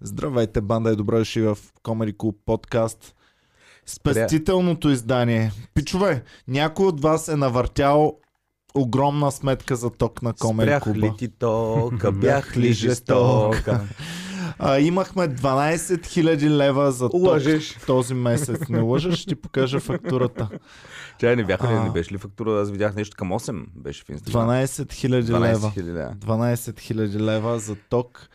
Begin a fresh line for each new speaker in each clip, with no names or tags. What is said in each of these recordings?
Здравейте, банда и добре дошли в Comedy Club подкаст. Спестителното издание. Пичове, някой от вас е навъртял огромна сметка за ток на Comedy
Спрях ли
Club.
ти тока, бях ли жестока?
А, имахме 12 000 лева за ток
Лъжеш.
този месец. Не лъжеш, ще ти покажа фактурата.
Чай, не бяха ли,
А.
не беше ли фактура? Аз видях нещо към 8 беше в Инстаграм.
12 000 лева.
12 хиляди.
12 000 лева за ток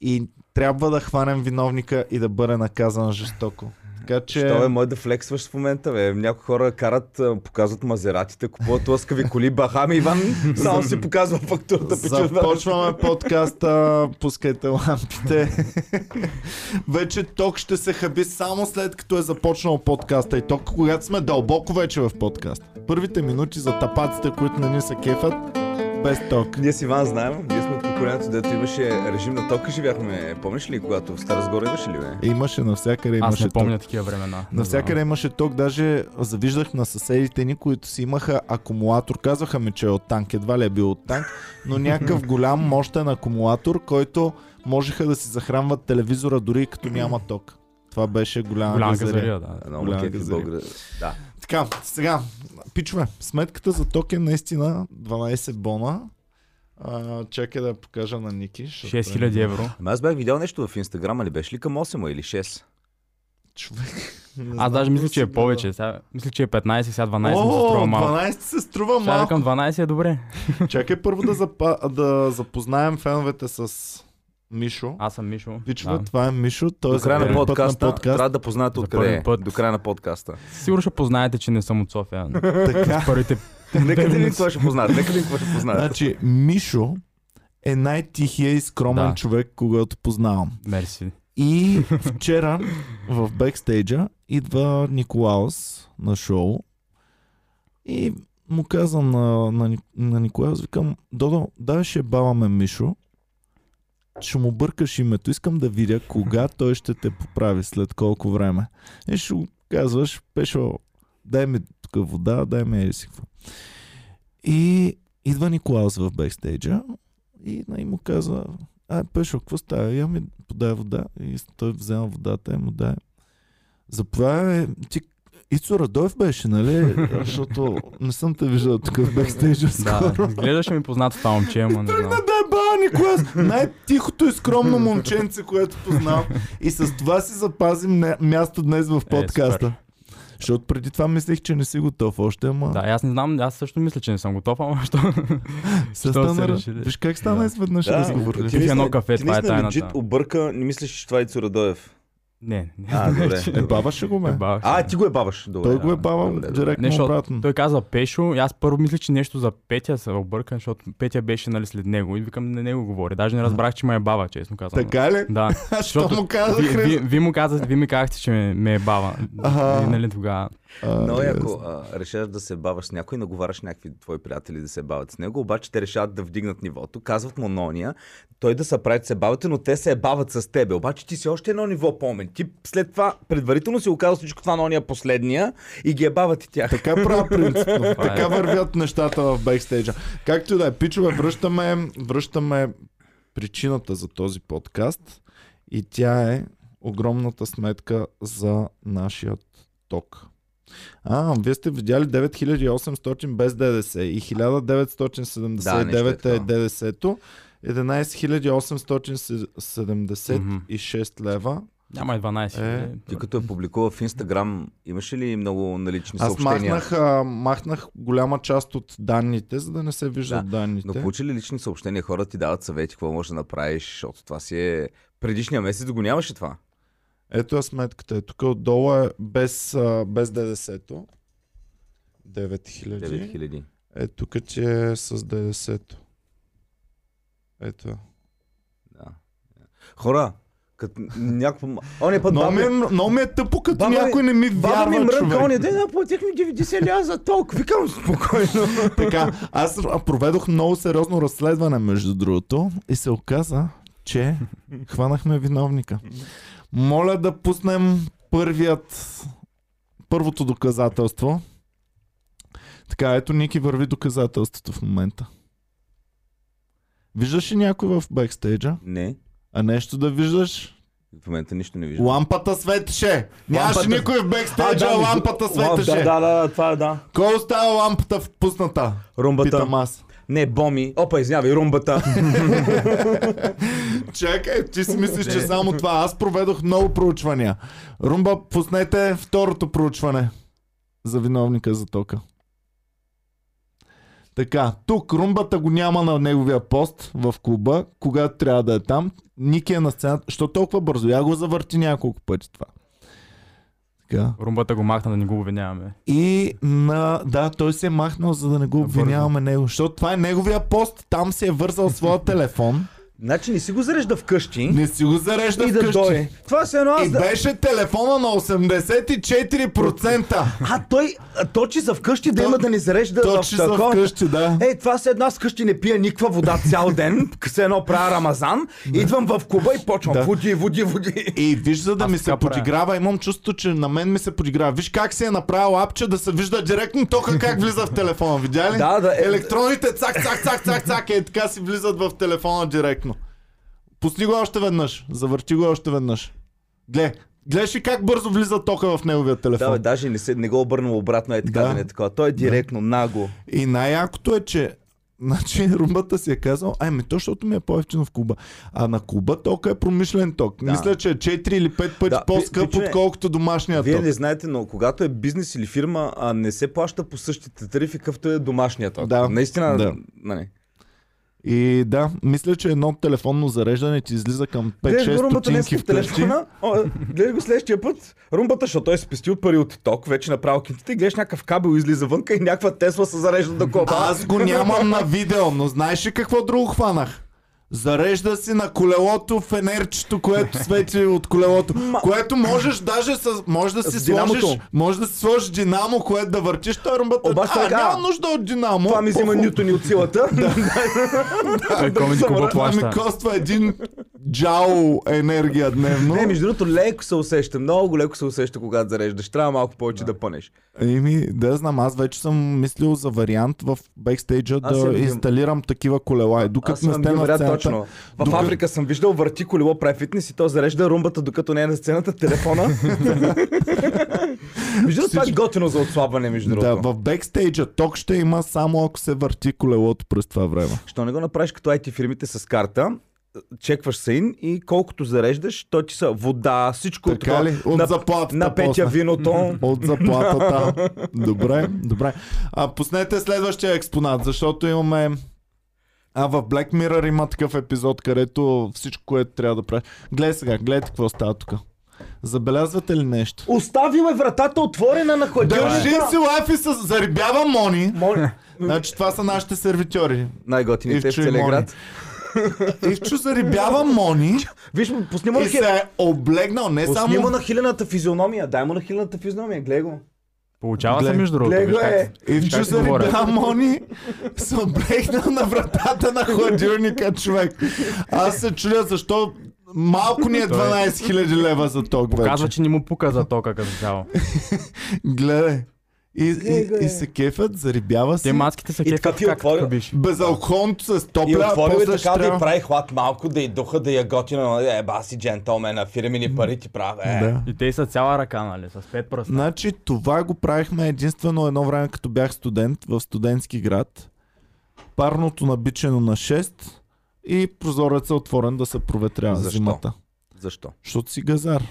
и трябва да хванем виновника и да бъде наказан жестоко. Така че...
Що е, мой да флексваш в момента, бе. Някои хора карат, а, показват мазератите, купуват лъскави коли, бахами, Иван само си показва фактурата, пичува.
Започваме подкаста, пускайте лампите. вече ток ще се хаби само след като е започнал подкаста и ток, когато сме дълбоко вече в подкаст. Първите минути за тапаците, които не ни се кефят, без ток.
Ние с Иван знаем, ние сме от поколението, дето имаше режим на тока, живяхме. Помниш ли, когато в Стара Сгора имаше ли, бе?
Имаше навсякъде, имаше
Аз не помня
ток.
такива времена.
Навсякъде имаше ток, даже завиждах на съседите ни, които си имаха акумулатор. Казваха ми, че е от танк, едва ли е бил от танк, но някакъв голям мощен акумулатор, който можеха да си захранват телевизора дори и като няма ток. Това беше голяма,
Голяма
газария.
газария, да.
Едно
Голяма
макет в
газария.
България. Да.
Така, сега, пичове, сметката за ток е наистина 12 бона. А, чакай да я покажа на Ники. защото е-
6000 евро.
Ама аз бях видял нещо в Инстаграма, ли беше ли към 8 или 6?
Човек. не знам
Аз даже мисля,
как
че
се
е
гледа.
повече. Сега, мисля, че е 15, сега 12 ми се
О,
струва малко.
12 се струва
Сега
малко.
към 12 е добре.
Чакай първо да, запа... да запознаем феновете с Мишо.
Аз съм Мишо.
Пичове,
Да.
това е Мишо. Той е
До
за
края на
първи път
подкаста,
на подкаст.
трябва да познаете
За
откъде
първи
е.
път.
До края на подкаста.
Сигурно ще познаете, че не съм от София.
Така.
Първите
Нека да видим какво ще познаят. Нека да видим какво ще познаят.
Значи, Мишо е най-тихия и скромен
Да.
човек, когато познавам.
мерси.
И вчера в бекстейджа идва Николаус на шоу и му казвам на, на, Ни- на Николаус, викам, Додо, да, ще баваме Мишо, ще му бъркаш името, искам да видя кога той ще те поправи, след колко време. И ще го казваш, пешо, дай ми тук вода, дай ми еди си какво. И идва Николаус в бекстейджа и, и му казва, а, Пешо, какво става? Я ми подай вода. И той взема водата и му дай. Заповядай, ти Ицо Радоев беше, нали? Защото не съм те виждал тук в бекстейджа
Да,
скоро.
гледаше ми познато това момче, ама не знам.
Тръгна да е баба Николас. Най-тихото и скромно момченце, което познавам. И с това си запазим не- място днес
Е,
в подкаста. Защото преди това мислех, че не си готов още, ама
Да, и аз не знам, аз също мисля, че не съм готов, ама що?
се
що се
стана.
решили?
Виж как стана
Да.
изведнъж разговор.
ти- в едно кафе,
ти
това е
наистина
тайната.
legit обърка, не мислиш, че това е Ицо Радоев.
Не, не.
А, добре.
Е, баба ще го
Е,
ме.
бавах се.
А, ти го е бабаш. Добре,
Той го е
да.
баба
Добре, добре.
Не,
директно
защото
обратно.
Той каза Пешо и аз първо мислех, че нещо за Петя се объркам, защото Петя беше нали, след него и викам на него говори. Даже не разбрах, че ме е баба, честно казвам.
Така ли?
Да.
А що
Защото
му казах?
Вие ви, ви му казахте, ви ми казахте, че ме, ме е баба.
Аха.
И, нали тогава.
Но и ако а, решаш да се баваш с някой, наговаряш някакви твои приятели да се бавят с него, обаче те решават да вдигнат нивото, казват му нония, той да се прави, че се бавите, но те се бават с тебе. Обаче ти си още едно ниво помен. Ти след това предварително си оказал всичко това нония е последния и ги е бават и тях.
Така правя принципно.
Това е.
така вървят нещата в бекстейджа. Както и да е, пичове, връщаме, връщаме причината за този подкаст и тя е огромната сметка за нашият ток. А, вие сте видяли 9800 без ДДС и 1979
Да,
е
нещо е
ДДС-то, 11876 лева.
Няма и 12.
Е,
Е,
Ти като е публикува в Инстаграм, имаше ли много налични
Аз
съобщения?
махнах, а, махнах голяма част от данните, за да не се виждат
Да,
данните.
Но получи ли лични съобщения, хора ти дават съвети, какво можеш да направиш, защото това си е... Предишния месец го нямаше това.
Ето я сметката. Е, тук отдолу е без, а, без ДДС-то. 9000.
9000.
Е, тук ти е с ДДС-то. Ето. я.
Да. Хора, като някакво... Оня път
Много
баба
ми, е,
ми,
м- много ми е тъпо, като
баба ми-
някой не ми
баба ми е
вярва,
мрънка,
човек.
оня ден да платихме 90 ля за толкова. Викам спокойно.
Така, аз р- проведох много сериозно разследване, между другото, и се оказа, че хванахме виновника. Моля да пуснем първият, първото доказателство. Така, ето Ники върви доказателството в момента. Виждаш ли някой в бекстейджа?
Не.
А нещо да виждаш?
В момента нищо не виждам.
Лампата светеше! Нямаше
Лампата-
никой в бекстейджа,
да,
лампата светеше!
Да, да, да, това е да.
Кой остава лампата впусната?
Румбата.
Питам аз.
Не, боми. Опа, извинявай, румбата.
Чакай, ти си мислиш, че само това. Аз проведох много проучвания. Румба, пуснете второто проучване за виновника за тока. Така, тук румбата го няма на неговия пост в клуба, когато трябва да е там. Ники е на сцената. Що толкова бързо? Я го завърти няколко пъти това. Така.
Румбата го махна да не го обвиняваме.
И на... Да, той се е махнал, за да не го
Бързо.
обвиняваме него. Защото това е неговия пост. Там си е вързал своя телефон.
значи не си го зарежда вкъщи
Не си го зарежда
и да
вкъщи.
дойде. Това се едно аз
И
да...
беше телефона на 84%.
А той а, точи за вкъщи да
То-
има да ни зарежда
Точи
в
са
тако.
вкъщи, да.
Ей, това се едно аз вкъщи не пия никаква вода цял ден, се едно правя рамазан, идвам в клуба и почвам
Да.
води, води, води.
И виж, за да
Аз
ми се
така правя.
подиграва, имам чувство, че на мен ми се подиграва. Виж как си е направил апче да се вижда директно тока как влиза в телефона. Видя ли?
Да, да, е-
Електроните цак, цак, цак, цак, цак, е така си влизат в телефона директно. Пусни го още веднъж. Завърти го още веднъж. Гле, гледаш ли как бързо влиза тока в неговия
Да,
телефон.
бе, даже не, се, не го обърнал обратно, е така
Да.
да, не е така. Той е директно, наго.
И най-якото е, че Значи румбата си е казал, ай ми то, защото ми е по-ефтино в клуба. А на клуба тока е промишлен ток. Да.
Да.
Мисля, че е 4 или 5 пъти да.
Да,
по-скъп,
пичове,
отколкото домашния
Вие
ток.
не знаете, но когато е бизнес или фирма, а не се плаща по същите тарифи, какъвто е домашният ток.
Да.
Наистина,
Да.
да. Нали.
И да, мисля, че едно телефонно зареждане ти излиза към 5-6
днес
стотинки
в
вкъщи.
е телефона, о, гледай го следващия път, румбата, защото той е спестил пари от ток, вече направил кинтите, и гледаш някакъв кабел излиза вънка и някаква Тесла се зарежда до коба.
Аз го нямам на видео, но знаеш ли какво друго хванах? Зарежда си на колелото фенерчето, което свети от колелото. Което можеш даже с... Може да си
С динамото.
сложиш... Може да си сложиш динамо, което да въртиш той ръмбата.
Обаче
а,
така,
няма нужда от динамо.
Това ми взима
По-хубаво.
нютони от силата.
Той комеди
съм
клуба
рад.
Това ми
плаща.
коства един джаул енергия дневно.
Не, Е, между другото, леко се усеща, много леко се усеща, когато зареждаш. Трябва малко повече да, пънеш.
Еми, да знам, аз вече съм мислил за вариант в бекстейджа
Аз
да
имам-
инсталирам такива колела. И
Аз
докато не
съм
сте
бил
на
вариант
сцената,
точно. В
докато-
Африка съм виждал върти колело, прави фитнес и то зарежда румбата, докато не е на сцената, телефона. между другото, това е готино за отслабване, между
Да,
другото.
в бекстейджа ток ще има само ако се върти колелото през това време.
Що не го направиш като IT фирмите с карта, чекваш се ин и колкото зареждаш, то ти са вода, всичко
Така
такова.
ли? От
на,
заплатата
на петя
после.
виното.
От заплатата. добре, добре. А пуснете следващия експонат, защото имаме... А в Black Mirror има такъв епизод, където всичко, което трябва да правиш. Гледай сега, гледайте какво става тук. Забелязвате ли нещо?
Оставил е вратата отворена на хладилника.
Държи си лайф и с... зарибява Мони.
Моля.
Значи това са нашите сервитьори.
Най-готините в
Ивчо и
целия
Мони.
град.
Ивчо зарибява Мони
Виж, му, пусни му на
и
хи-
се е облегнал. Не
пусни му
само...
на хилената физиономия. Дай му на хилената физиономия, гледай го.
Получава се
Гле-
между другото.
Гледай
виж
го
как
е.
Ивчо
Как
се
говоря?
ребя Мони се облегнал на вратата на хладилника, човек. Аз се чудя защо малко ни е 12 000 лева за ток вече.
Казва, че не му пука за тока като цяло.
Гледай. И,
Гледай го,
и, и
е.
се кефят, зарибява
Те
се.
маските са
И така
кефят
ти
как
отворя.
така биш.
Безалкохолното се
И
стопля,
отворил е
после ще
така да й
трябва...
прави хлад малко, да й духа, да я готина. Е, баси джентълмена, фирмини пари ти правя. Е.
Да.
И те са цяла ръка, нали? С пет пръста.
Значи това го правихме единствено едно време, като бях студент в студентски град. Парното набичено на 6 и прозорецът отворен да се проветрява
Защо?
зимата.
Защо?
Защото си газар.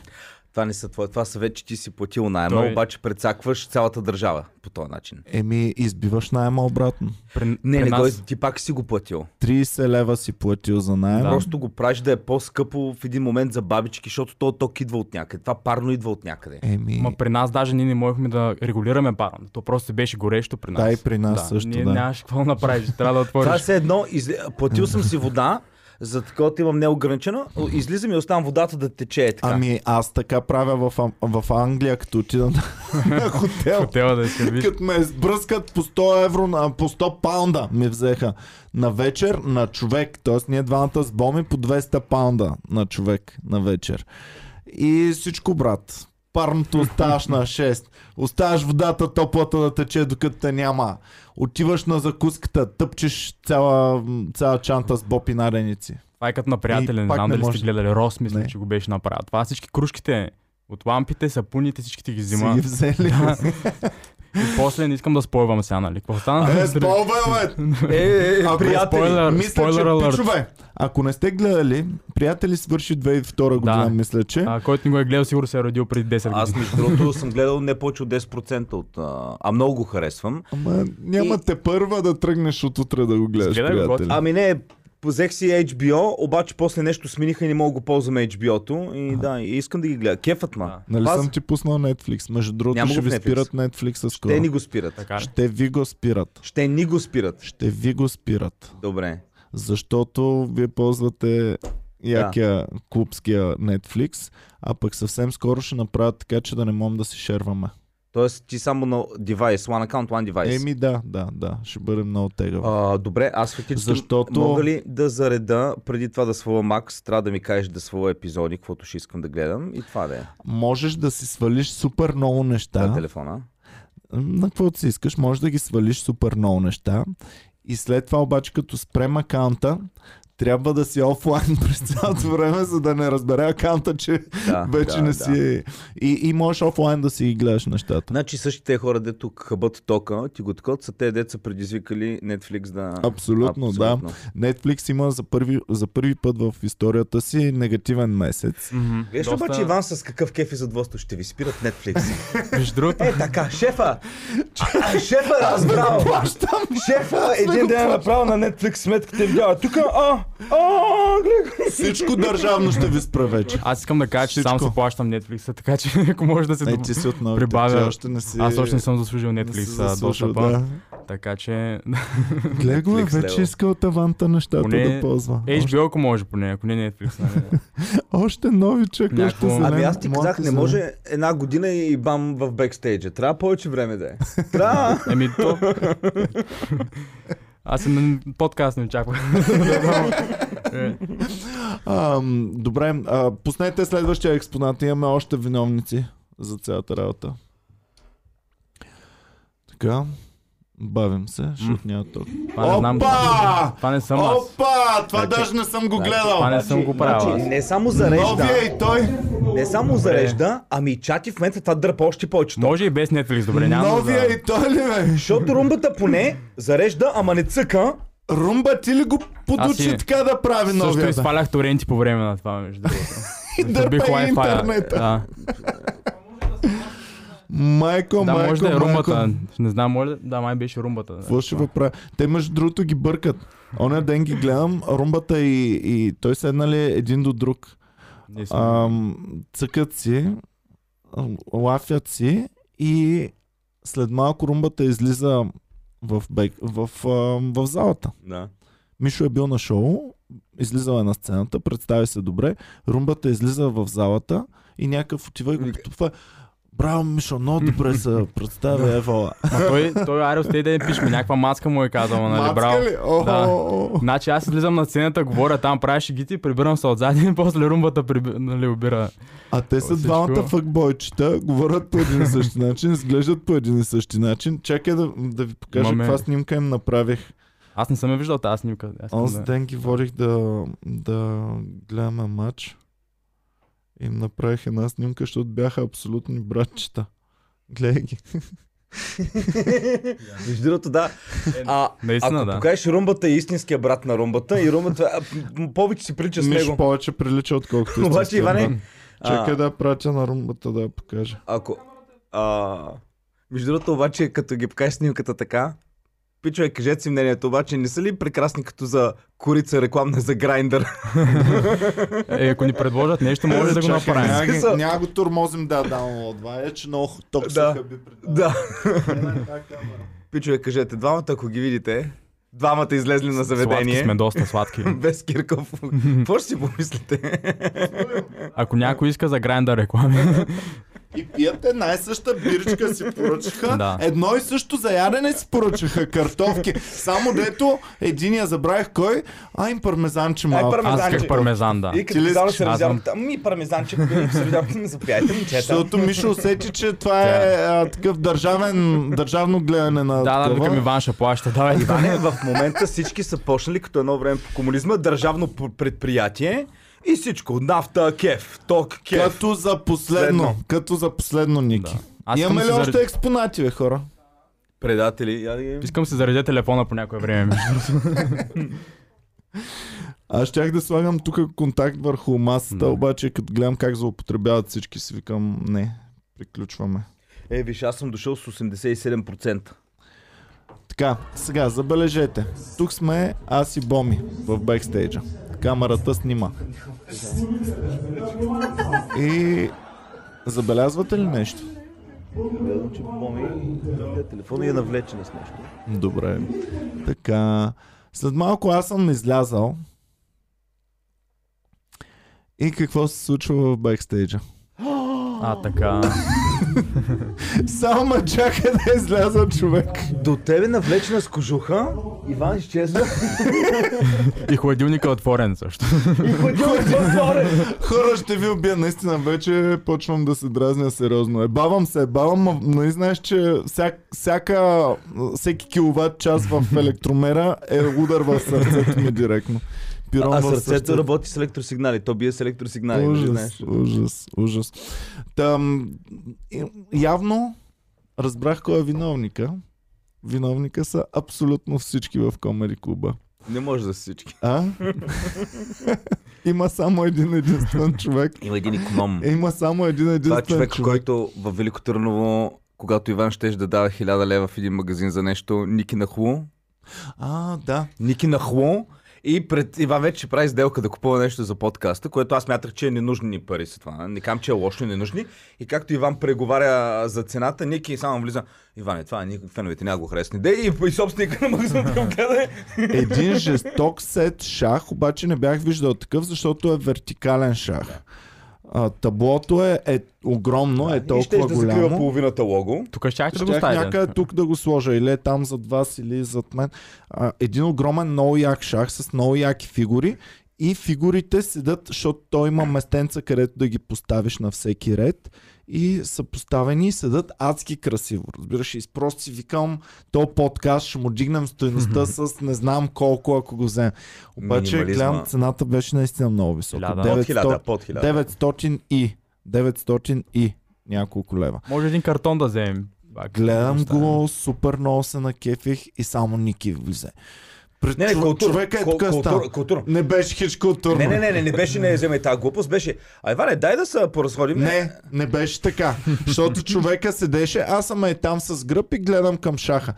Това не са твои. Това са вече ти си платил найема,
Той-
обаче прецакваш цялата държава по този начин.
Еми, избиваш найема обратно.
При,
Не,
при
не,
нас...
той, ти пак си го платил.
30 лева си платил за найем.
Да.
Просто го правиш да е по-скъпо в един момент за бабички, защото то ток идва от някъде. Това парно идва от някъде.
Еми,
Ма при нас даже ние не можехме да регулираме парното. То просто беше горещо при нас.
Да, и при нас също,
ние
да.
Нямаш какво да направиш. Трябва да
Това
отвориш.
се едно, из... платил съм си вода, за такова имам неограничено, излизам и оставам водата да тече е така.
ами аз така правя в, Ам- в Англия, като отида на, на хотел.
Хотела да се виж.
Като ме сбръскат по 100 евро, на, по 100 паунда ми взеха на вечер на човек. Тоест ние двамата с Боми по 200 паунда на човек на вечер. И всичко, брат. Парното оставаш на 6. Оставаш водата топлата да тече, докато те няма. Отиваш на закуската, тъпчеш цяла, цяла чанта с бопи нареници.
Това е като на приятели,
И
не
пак
знам
не
дали
може.
сте гледали. Рос мисля,
Не.
че го беше направил. Това всички кружките от лампите, сапуните, всичките ги
Си
взима.
ги взели.
Да. И после не искам да спойвам сега, нали? Какво стана?
Е, спойваме!
Е, е, е,
Ако
приятели.
спойлер,
Мисля,
спойлер
че
алърт.
пичове. Ако не сте гледали, приятели свърши 2002 година,
Да.
мисля, че.
А, който не го е гледал, сигурно се е родил преди 10 години.
Аз между другото съм гледал не повече от 10% от... А, а много го харесвам.
Ама няма
И-
те първа да тръгнеш от утре да го гледаш,
Гледай го,
приятели.
готин.
Ами не, Взех си HBO, обаче после нещо смениха и не мога да го ползваме HBO-то. И да, и искам да ги гледа. Кефът ма.
Нали
Паз-
съм ти пуснал Netflix? Между другото
Няма го
ще
в
ви
Netflix.
спират Netflix скоро.
Те ни го спират.
Така ли?
Ще ви го спират.
Ще ни го спират.
Ще ви го спират.
Добре.
Защото вие ползвате якия клубския Netflix, а пък съвсем скоро ще направят така, че да не можем да си шерваме.
Тоест ти само на девайс, one account, one device.
Еми да, да, да. Ще бъде много тегаво.
А, добре, аз фактически
Защото-
мога ли да зареда преди това да свала Макс, трябва да ми кажеш да свала епизоди, каквото ще искам да гледам и това да е
Можеш да си свалиш супер много
на
неща.
телефона.
на каквото си искаш, можеш да ги свалиш супер много неща. И след това обаче, като спрем акаунта, трябва да си офлайн през цялото време, за да не разбере акаунта, че
Да,
вече
да,
не
да.
си е. И, и можеш офлайн да си ги гледаш нещата.
Значи същите хора, дето хъбат тока, ти го такот, са те, дето са предизвикали Netflix да...
Абсолютно, да. Netflix има за първи, за първи път в историята си негативен месец.
Виж
Доста-
обаче Иван с какъв кеф и задоволство ще ви спират Netflix.
Между другото,
Е, така, шефа! А, шефа разбрал! Шефа един ден е направил на Netflix сметката и видяла. Тук, а, а, гледай.
Всичко държавно ще ви спра вече.
аз искам да кажа, че сам
Всичко.
се плащам Netflix, така че ако може да се...
Не,
доб-
ти си от новите,
Прибавя-
че още не си...
Аз още не съм заслужил
не си
Netflix а,
заслужил,
достъпа,
да.
така че
Гледай го, бе,
Netflix,
вече
лева.
иска от аванта нещата
Поне
да ползва.
HBO ако може поне, ако не Netflix. Нали?
Още новичък,
Някакво-
още зелен.
Ами аз ти
млад
казах,
и
не
зелен.
може една година и бам в бекстейджа. Трябва повече време да е. Трябва.
Еми то... Аз и на подкаст не очаквах. Е,
Ам, добре, а, пуснете следващия експонат. Имаме още виновници за цялата работа. Така, бавим се, защото няма ток.
Това не знам.
Опа!
Това не съм аз. Значи,
Опа! Това даже не съм го
Това
гледал.
не съм го правил
Значи,
аз.
не само зарежда,
Новия и той.
не само зарежда, ами и чати в момента това дърпа още повече.
Може и без Netflix, добре, няма
Новия
да...
и той ли бе?
Защото румбата поне зарежда, ама не цъка.
Румба ти ли го
Аз
подучи
си-
така да прави
Също
новия? бе?
изпалях торенти по време на това, между другото.
И
Бих
дърпа и интернета.
Да,
Майко,
да
майко,
може да е
майко.
румбата. Не знам, може да... Да, май беше румбата. да.
Какво ще направя? Те между другото ги бъркат. Оня ден ги гледам, румбата и, и той седнали един до друг.
Ние сме-
Ам, цъкат си, ам, лафят си и след малко румбата излиза в, бек, в, ам, в залата.
Да.
Мишо е бил на шоу, излизал е на сцената, представи се добре, румбата излиза в залата и някакъв отива и го потупва. Браво, Мишо, много добре се представя Евала.
Ма той, той Арио Стей да не пише, ми, някаква маска му е казала, нали, браво.
ли? О,
Да.
о, о.
Значи аз излизам на сцената, говоря там, правя шегите, прибирам се отзад и после румбата приби, нали, обира.
А те са
Всичко.
двамата фъкбойчета, говорят по един и същи начин, изглеждат по един и същи начин. Чакай да, да ви покажа
Маме.
каква снимка им направих.
Аз не съм я виждал тази снимка. Аз искам
Онзи
да...
ден ги водих да, да гледаме матч. Им направих една снимка, защото бяха абсолютни братчета. Гледай ги.
Между другото, да. А,
Наистина,
ако
да.
покажеш румбата е истинския брат на румбата и румбата а, м- повече си прилича с
Миш
него.
повече прилича, отколкото
Обаче,
истинския брат.
Иване,
Чакай
а,
да я пратя на румбата да я покажа.
ако... А, между другото, обаче, като ги покажеш снимката така, Пичове, кажете си мнението, обаче не са ли прекрасни като за курица рекламна за грайндър?
Е, ако ни предложат нещо, може да го
Чакай,
направим.
няма ги-
Смисъл-
Няма го турмозим да даунлоуд. Това е, че много ток се
Да.
хъби пред нас.
да.
Гледай тази камера.
Пичове, кажете, двамата, ако ги видите, двамата излезли на
Сладки сме
заведение.
доста сладки.
Без Кирков. Какво ще си помислите?
Ако някой иска за гранда реклами,
И пият една и съща биричка си поръчаха.
Да.
Едно и също за ядене си поръчаха картофки. Само дето единия забравих кой, а им пармезанче малко.
пармезан.
Аз исках
значи-
Пармезанче.
пармезан, да.
И като
Ти ли
зала
искаш?
се
Аз
разявам,
съм-
ми пармезанчик, ми се разявам, не запияйте, момчета.
Защото Мишо усети, че това е а, такъв държавен, държавно гледане на
Да, да,
такова.
викам Иван ще плаща, давай.
Иване, в момента всички са почнали като едно време по комунизма, държавно п- предприятие и всичко. Нафта, кеф, ток, кеф.
Като за последно.
Следно.
Като за последно, Ники.
Да. Аз
Имаме ли
искам да се
още
заред-
експонати, бе, хора?
Предатели. я да ги-
Искам се заредя телефона по някое време.
Аз щях да слагам тук контакт върху масата,
Да.
обаче като гледам как злоупотребяват всички, си викам, не, приключваме.
Е, виж, аз съм дошъл с 87%.
Така, сега забележете. Тук сме аз и Боми в бекстейджа. Камерата снима. И забелязвате ли нещо?
Гледам, че Боми гледа телефона и е навлечена с нещо.
Добре. Така. След малко аз съм излязал. И какво се случва в бекстейджа?
А, така.
Само чака да е излязъл човек.
До тебе е навлечена с кожуха, Иван изчезва
И хладилника е отворен също.
и ходил отгоре.
Хора, ще ви убия. Наистина, вече почвам да се дразня сериозно. Ебавам се, ебавам, ама нали знаеш, че всяк, всяка, всеки киловатт час в електромера е удар в сърцето ми директно. Пирон
А
в
сърцето работи с електросигнали. То бие с електросигнали. нали
Ужас,
знаеш?
ужас, ужас. Там, и- явно разбрах кой е виновника. Виновника са абсолютно всички в Комери клуба.
Не може за всички.
А? Има само един единствен човек.
Има един иконом.
Е, Има само един
Това
единствен
е човек,
човек.
който в Велико Търново, когато Иван щеше да дава 1000 лева в един магазин за нещо, Ники нахлу.
А, да.
Ники нахлу. И пред Иван вече прави сделка да купува нещо за подкаста, което аз мятах, че е ненужни ни пари са това. Не кам, че е лошо, ненужни. И както Иван преговаря за цената, Ники само влиза. Иван, това е никак феновете, няма да го харесни. Де и, и собственика на магазина да го
Е,
гледа.
Един жесток сет шах, обаче не бях виждал такъв, защото е вертикален шах. А, таблото е, е огромно, е
И ще
толкова
да закрива
голямо.
половината лого.
Тук ще да го
Щях
ставя.
някъде тук да го сложа, или е там зад вас, или зад мен. А, един огромен много як шах с много яки фигури. И фигурите седат, защото той има местенца, където да ги поставиш на всеки ред. И са поставени и седат адски красиво. Разбираш, и просто си викам, то подкаст ще му дигнем стоеността с не знам колко, ако го вземем. Обаче,
Минимализма.
гледам, цената беше наистина много висока.
Хиляда.
Под
900
хиляда, под хиляда.
900 и 900 и няколко лева.
Може един картон да вземем. Пак,
Гледам
оставим.
го, супер много се накефих и само Ники влезе. Пред
Не, не,
чов-
култура.
човека е
Кул-
тук е стал.
култура, култура.
Не беше хич културно.
Не, не, не, не, не беше не вземай тази глупост, беше. А Иване, дай да се поразходим.
Не, не беше така. Защото човека седеше, аз съм е там с гръб и гледам към шаха.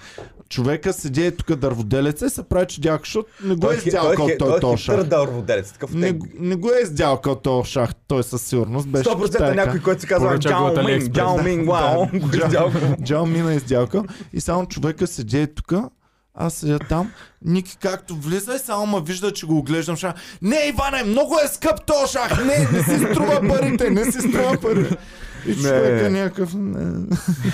Човека седи е тук дърводелеце, се прави чудяк, защото не го е
хи-
издял
той,
той,
хи-
той,
той
той
е хипер
шах.
дърводелец. Такъв
Не,
не,
го- не го е издял като шах, той със сигурност беше
100% някой, който се казва
Поръча го от
Джао Минг,
AliExpress,
Джао
да.
Минг, вау.
Да.
го издял.
Джо мина издялка и само човека седи тук, аз седя там, Ники както влиза и само ма вижда, че го оглеждам шах. Не, Иване, много е скъп то шах! Не, не си струва парите, не си струва парите. И човека някакъв... не.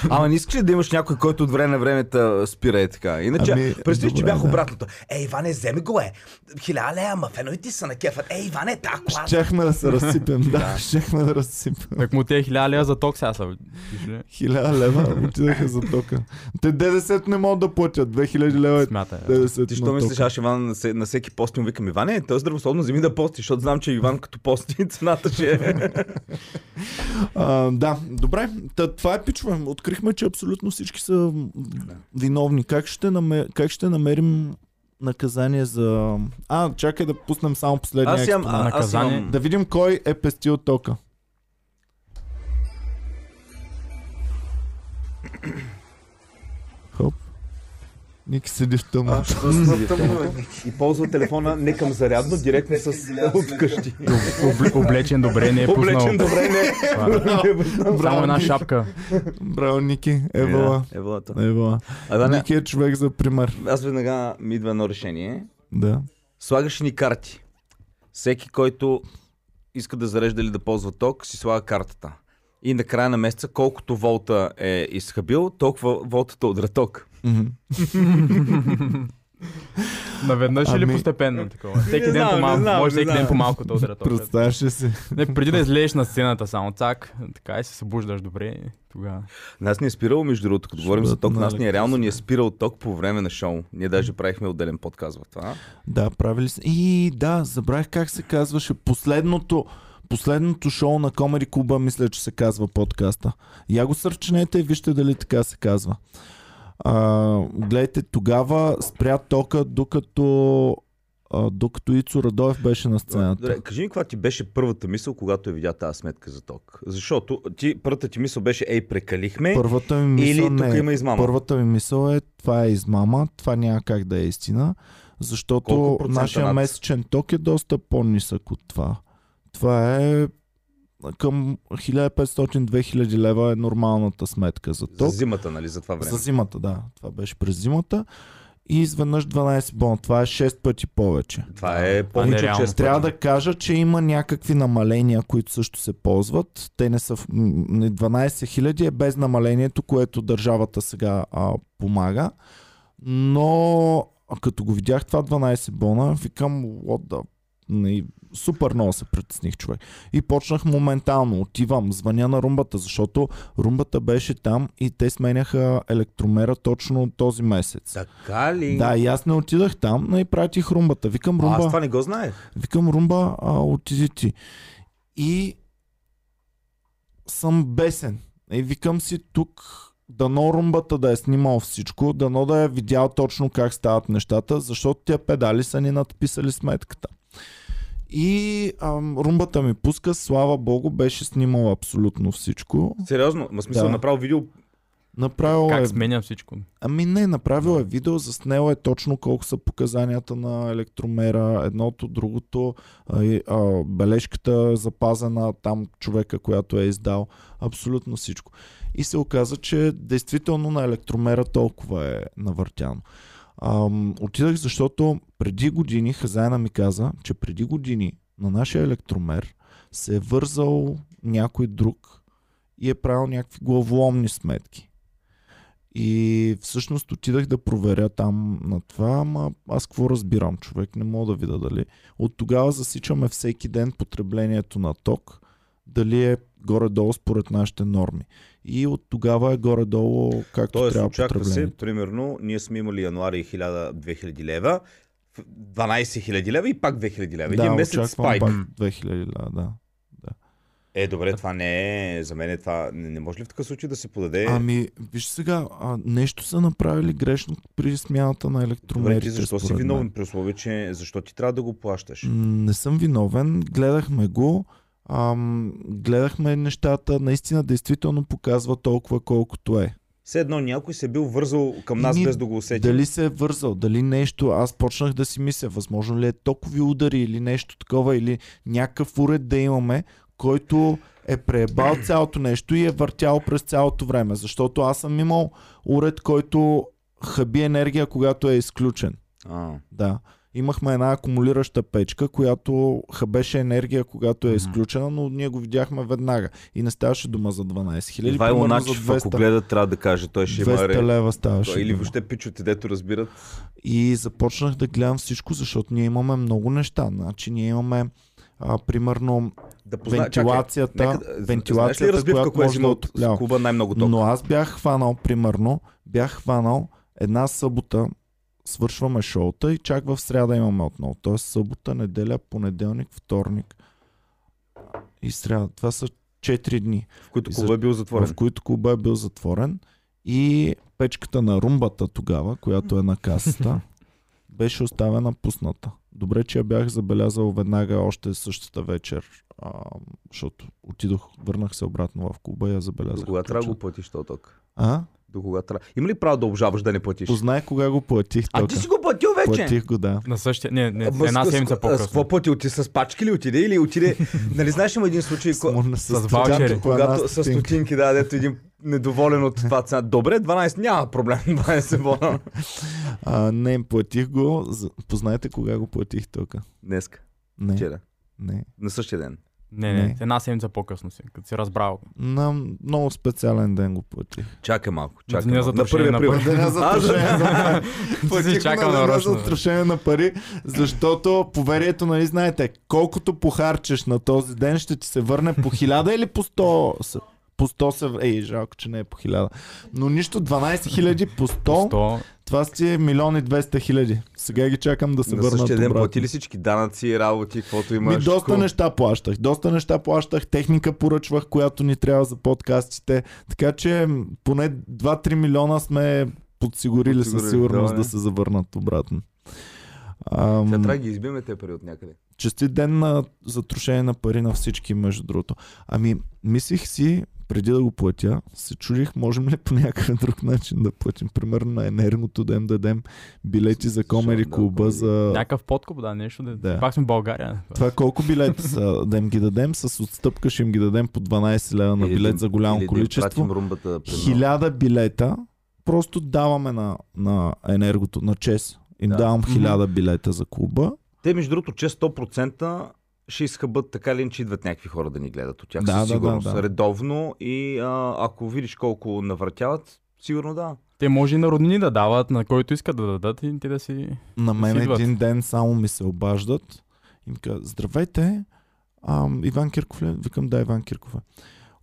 Ама не искаш ли да имаш някой, който от време на време те спира е така? Иначе,
Ами,
ами, представи, че
добре,
бях
да.
обратното. Е, Иване, вземи го е. Хиляда лея, ама феновите са на кефът. Е, Иване, та кола.
Щяхме да се разсипем, да, щяхме да разсипем.
Так му те 1000 лева за ток сега са. виж ли?
Хиляда лева отидаха за тока. Те 90 не могат да платят, 2000 лева е
Смятай. да.
90
Ти
на
що мислиш,
тока.
аз Иван на, се, на всеки пост му викам, Иване, той здравословно вземи да пости, защото знам, че Иван като пости цената ще е.
А, да, добре. Та, това е пичове. Открихме, че абсолютно всички са м, виновни. Как ще, наме... как ще намерим наказание за... А, чакай да пуснем само последния
Аз имам,
експонат.
а- аз
Наказание.
имам
Да видим кой е пестил тока. Хоп. Ники седи в тъмно.
и ползва телефона не към зарядно, директно с от вкъщи.
Обл- Облечен добре, не е пуснал.
Облечен добре, не.
Само една
Ники.
шапка.
Браво, Ники.
Е
Евала.
Евала то.
Евала.
Абе, не,
Ники е човек за пример.
аз веднага ми идва едно решение.
Да.
Слагаш ни карти. Всеки, който иска да зарежда или да ползва ток, си слага картата. и на края на месеца колкото волта е изхабил, толкова волтата от раток.
Мгм.
Наведнъж или
Ами-
постепенно такова? Всеки ден
знам,
по
не
малко.
знам,
Може
не
всеки ден
знам.
по малко да удра топката.
Представяш ли си?
Не, преди да излезеш на сцената само, цак, така и се събуждаш добре и тогава.
Нас ни е спирало, между другото, като
Ще
говорим за
бъдат
ток, нас ни е
налети,
реално ни е
сега.
спирал ток по време на шоу. Ние даже правихме отделен подкаст в това.
Да, правили са. И да, забравих как се казваше. Последното, последното шоу на Комери Куба, мисля, че се казва подкаста. Я го сърчнете и вижте дали така се казва. А, гледайте, тогава спря тока, докато, а, докато Ицо Радоев беше на сцената.
Добре, кажи ми каква ти беше първата мисъл, когато я видя тази сметка за ток. Защото ти, първата ти мисъл беше, ей, прекалихме,
Първата ми мисъл
или
не
тук
е.
има измама.
Първата ми мисъл е, това е измама, това няма как да е истина, защото
Колко процента
нашия
над?
месечен ток е доста по-нисък от това. Това е към 1500-2000 лева е нормалната сметка за
За
ток.
зимата, нали, за това време.
За зимата, да. Това беше през зимата. И изведнъж 12 бон. Това е 6 пъти повече.
Това е
не е
повече от
реално.
6
Трябва да кажа, че има някакви намаления, които също се ползват. Те не са. в- м, не, 12 000 е без намалението, което държавата сега а, помага. Но а като го видях това 12 бона, викам, what the... Не, супер много се притесних човек. И почнах моментално. Отивам, звъня на румбата, защото румбата беше там и те сменяха електромера точно този месец.
Така ли?
Да, и аз не отидах там, но и пратих румбата. Викам, румба...
А, аз това не го знаех.
Викам, Румба, а, отиди ти. И съм бесен. И викам си тук, дано Румбата да е снимал всичко, дано да е видял точно как стават нещата, защото тия педали са ни надписали сметката. И ам, румбата ми пуска, слава богу, беше снимала абсолютно всичко.
Сериозно, ма смисъл,
Да.
направо видео
Направила е
Как сменя всичко?
Ами не, направил е видео, заснел е точно колко са показанията на електромера, едното, другото, а, и, а, бележката е запазена там човека, която е издал, абсолютно всичко. И се оказа, че действително на електромера толкова е навъртяно. Ам, отидах, защото преди години хазяна ми каза, че преди години на нашия електромер се е вързал някой друг и е правил някакви главоломни сметки. И всъщност отидах да проверя там на това, ама аз какво разбирам, човек, не мога да видя дали. От тогава засичаме всеки ден потреблението на ток, дали е горе-долу според нашите норми. И от тогава е горе-долу както
Тоест,
трябва
очаква
потреблението.
се, примерно, ние сме имали януари 1000-2000 лева, в- 12 000 лева и пак 2000 лева. Ами, Един месец
очаквам
спайк.
пак 2000 лева, да.
Е, добре, това не е. За мен е това. Не, не може ли в такъв случай да се подаде?
Ами, виж сега, а, нещо са направили грешно при смяната на електромерите.
добре, ти защо си
според мен.
виновен при условие, че защо ти трябва да го плащаш?
М, Не съм виновен. Гледахме го. Ам, гледахме нещата. Наистина, действително показва толкова колкото е.
Все едно някой се е бил вързал към нас,
Ими,
без да го усети.
Дали се е вързал, дали нещо, аз почнах да си мисля, възможно ли е токови удари или нещо такова, или някакъв уред да имаме, който е преебал цялото нещо и е въртял през цялото време. Защото аз съм имал уред, който хаби енергия, когато е изключен.
А,
Да. Имахме една акумулираща печка, която хабеше енергия, когато е
Мгм.
изключена, но ние го видяхме веднага. И не ставаше дума за 12 000.
Ивайло
Нали примерно за
Начев, е ако
200,
гледа, трябва да каже. Той ще има
200
ре...
лева ставаше.
Или
дума.
въобще пичоте, дето разбират.
И започнах да гледам всичко, защото ние имаме много неща. Значи ние имаме а, примерно
Да позна...
вентилацията,
Чакай, нека... да- Знаеш ли
вентилацията,
разбивка,
която
кое е
може да
взима от
отоплява.
клуба най-много ток?
Но аз бях хванал, примерно, бях хванал една събота, свършваме шоута и чак в сряда имаме отново. Тоест събота, неделя, понеделник, вторник и сряда. Това са 4 дни,
В които
И
клуба е бил затворен.
в които клуба е бил затворен и печката на румбата тогава, която е на касата, беше оставена пусната. Добре, че я бях забелязал веднага още същата вечер, а, защото отидох, върнах се обратно в клуба и я забелязах.
До кога трябва да
ключа.
го платиш този ток?
А?
До кога трябва? Има ли право да обжалваш да не платиш?
Познай кога го платих
А
тока.
ти си го платил вече?
Платих го, да.
На същия... Не, не,
Ама
една
с- с-
седмица
с- С какво
по-късно.
пъти отиде? С пачки ли отиде или отиде? нали знаеш има един случай, ко-
Смурна
с
стотинка,
ваучери.
по една
когато с
стотинка.
стотинки, да, дето един недоволен от това цена. Добре, 12, няма проблем, 12 бона.
А, не, платих го. за- Познайте кога го платих тока.
Днеска,
Не,
вчера,
не.
на същия ден.
Не, не,
Не.
една седмица по-късно си, като си разбрал.
На много специален ден го платих.
Чакай малко, чакай
деня
малко.
за
На
трошене
1
на
април.
пари.
Деня за
А,
трошене на пари.
Ти си
Платих
чакал
на деня
нарочно.
за трошене е на пари, защото поверието, нали знаете, колкото похарчеш на този ден, ще ти се върне по 1000 или по 100 се- по 100 се... Ей, жалко, че не е по 1000. Но нищо, 12 000 по 100,
100.
това си е 1 200 хиляди. Сега ги чакам да се
На
върнат
същия ден
обратно.
платили всички данъци, работи, каквото имаш.
Ми доста
Кул.
неща плащах. Доста неща плащах. Техника поръчвах, която ни трябва за подкастите. Така че м, поне 2-3 милиона сме подсигурили със
Подсигурили,
сигурност
да,
да,
бе.
се завърнат обратно.
Сега
Ам,
трябва да ги избиме те пари от някъде.
честит ден на затрошение на пари на всички, между другото. Ами, мислих си, преди да го платя, се чудих, можем ли по някакъв друг начин да платим. Примерно на енергото да им дадем билети за комери
да,
клуба,
Comedy.
за
Някакъв подкуп, да, нещо. Да.
Да.
Пак сме в България.
Това е колко билет са? Да им ги дадем с отстъпка, ще им ги дадем по 12 лева на
Или да-
билет за голямо
или да им
количество.
пратим румбата, примерно.
Хиляда билета просто даваме на, на енергото, на чест. Им
Да.
давам
Мгм.
хиляда билета за клуба.
Те, между другото, че 100% ще изхъбат така или иначе идват някакви хора да ни гледат от тях.
Да,
със
да, да,
сигурност.
да.
Редовно и а, ако видиш колко навъртяват, сигурно да.
Те може и на роднини да дават, на който искат да дадат и те да си...
На мен
си идват.
един ден само ми се обаждат. Им казват, здравейте, ам, Иван Кирков ли? Викам, да, Иван Кирков е.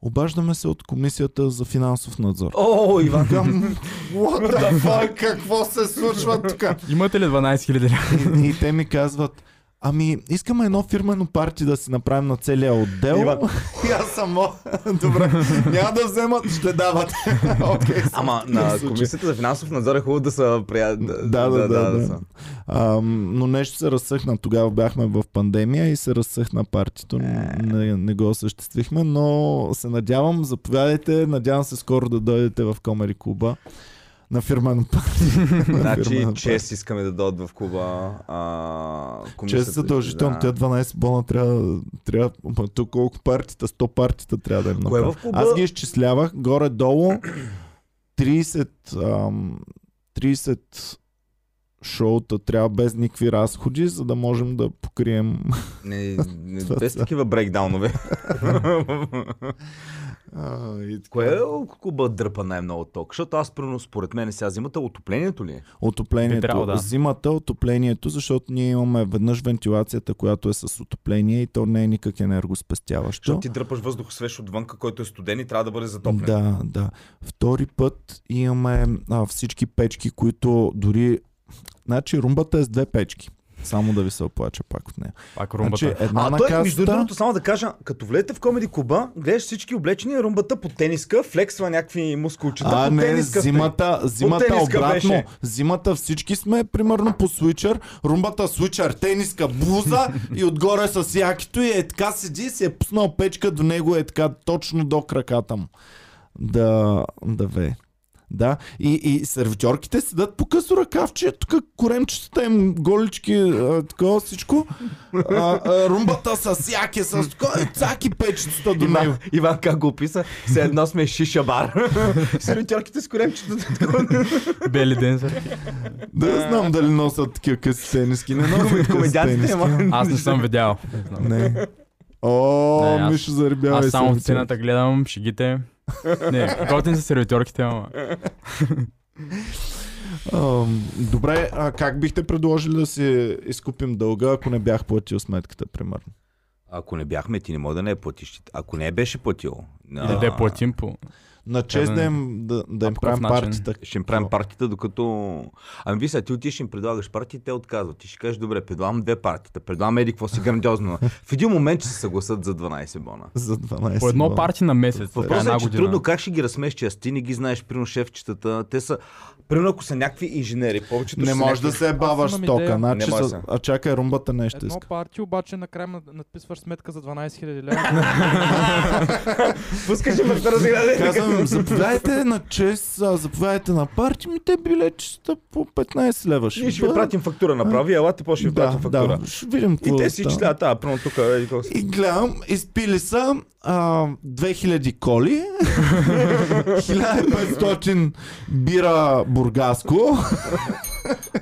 Обаждаме се от комисията за финансов надзор.
О, Иван!
Викам, what the fuck, какво се случва тук?
Имате ли 12 000 лева?
И те ми казват, ами искаме едно фирмено парти да си направим на целия отдел.
Иван.
И аз само, добре, няма да вземат, ще дават. Окей.
Ама на
случай.
комисията за финансов надзор е хубаво да са прия...
Да, да, да, да.
са.
Ам, но нещо се разсъхна. Тогава бяхме в пандемия и се разсъхна партито. Не, не го осъществихме, но се надявам, заповядайте. Надявам се скоро да дойдете в Комери клуба на фирмено парти. На
Значи,
фирмено парти.
чест искаме да дойдат в клуба. А,
Че
комисията-
са задължително,
да.
да. тя 12 бона трябва, трябва ма, тук колко партита, 100 партита трябва да им
Кое е
направя.
в клуба?
Аз ги изчислявах горе-долу 30, ам, 30 шоута трябва без никакви разходи, за да можем да покрием.
Не, не,
Това
без
са.
такива брейкдаунове.
А, и така.
Кое е клуба дърпа най-много ток? Защото аз, примерно, според мен сега зимата отоплението ли е?
Отоплението.
Би трябвало, да.
Зимата отоплението, защото ние имаме веднъж вентилацията, която е с отопление и то не е никак енергоспестяващо.
Защото ти дърпаш въздух свеж отвънка, който е студен и трябва да бъде затоплен.
Да, да. Втори път имаме а, всички печки, които дори... Значи румбата е с две печки. Само да ви се оплача пак от нея.
Пак румбата.
Значи, една
А,
на
той,
касата,
между другото, само да кажа, като влезете в комеди клуба, гледаш всички облечени, румбата по тениска, флексва някакви мускулчета
а,
по
не,
тениска.
зимата, зимата е
тениска
обратно.
беше.
Зимата всички сме примерно по свичър, румбата свичър, тениска, блуза и отгоре с якито и е така седи и си е пуснал печка до него е така точно до краката му. Да, да ве. Да, и, и сервитьорките седат по късо ръкавче, тук коремчетата им, голички, а, такова всичко. А, а, румбата с яки, с такова, цаки печетата до него.
Иван, Иван как го описа, все едно сме шиша бар. Сервитьорките с коремчетата. такова.
Бели ден са.
Да, не знам дали носят такива къси тениски. Не носят къси
Комедиантите,
тениски.
ама...
Аз не съм видял. Не знам.
Не. О,
Не, аз-
Мишо заребява
Аз
и
само в
сърце.
сцената гледам шегите. Не, готин са сервиторките, ама.
Ам, Добре, а как бихте предложили да си изкупим дълга, ако не бях платил сметката, примерно?
Ако не бяхме, ти не мога да не е платиш. Ако не беше платил,
Или да я платим по...
На чест
да
да
не.
им, да, да им
по
правим
какъв начин?
партията.
ще им правим партията, докато... Ами ви сега, ти отиш им предлагаш партии, те отказват. Ти ще кажеш, добре, предлагам две партията, предлагам еди, какво си грандиозно. В един момент ще се съгласат за 12 бона.
За 12
По едно
бона.
парти на месец. така
Въпросът
една
е, че
година.
трудно как ще ги разсмееш, аз ти не ги знаеш, примерно шефчетата, те са, примерно ако са някакви инженери, повечето
Не
са
може да
някакви...
се баваш
имам
стока.
идея.
Значи,
Не може
с...
да.
А чакай, румбата нещо
Едно
иска.
парти, обаче накрая на- надписваш сметка за 12 000 лева.
Пускаш им в разгледа.
Казвам им, заповядайте на чест, а, заповядайте на парти, ми те билетчета по 15 лева.
Ние ще ви
бъдат.
пратим фактура, направи, елате, после ще ви
Да,
пратим фактура.
да, ще видим
И
какво
те си
става.
числят, а, примерно тук, еди, какво си.
И гледам, изпили са а, 2000 коли, 1500 бира бургаско,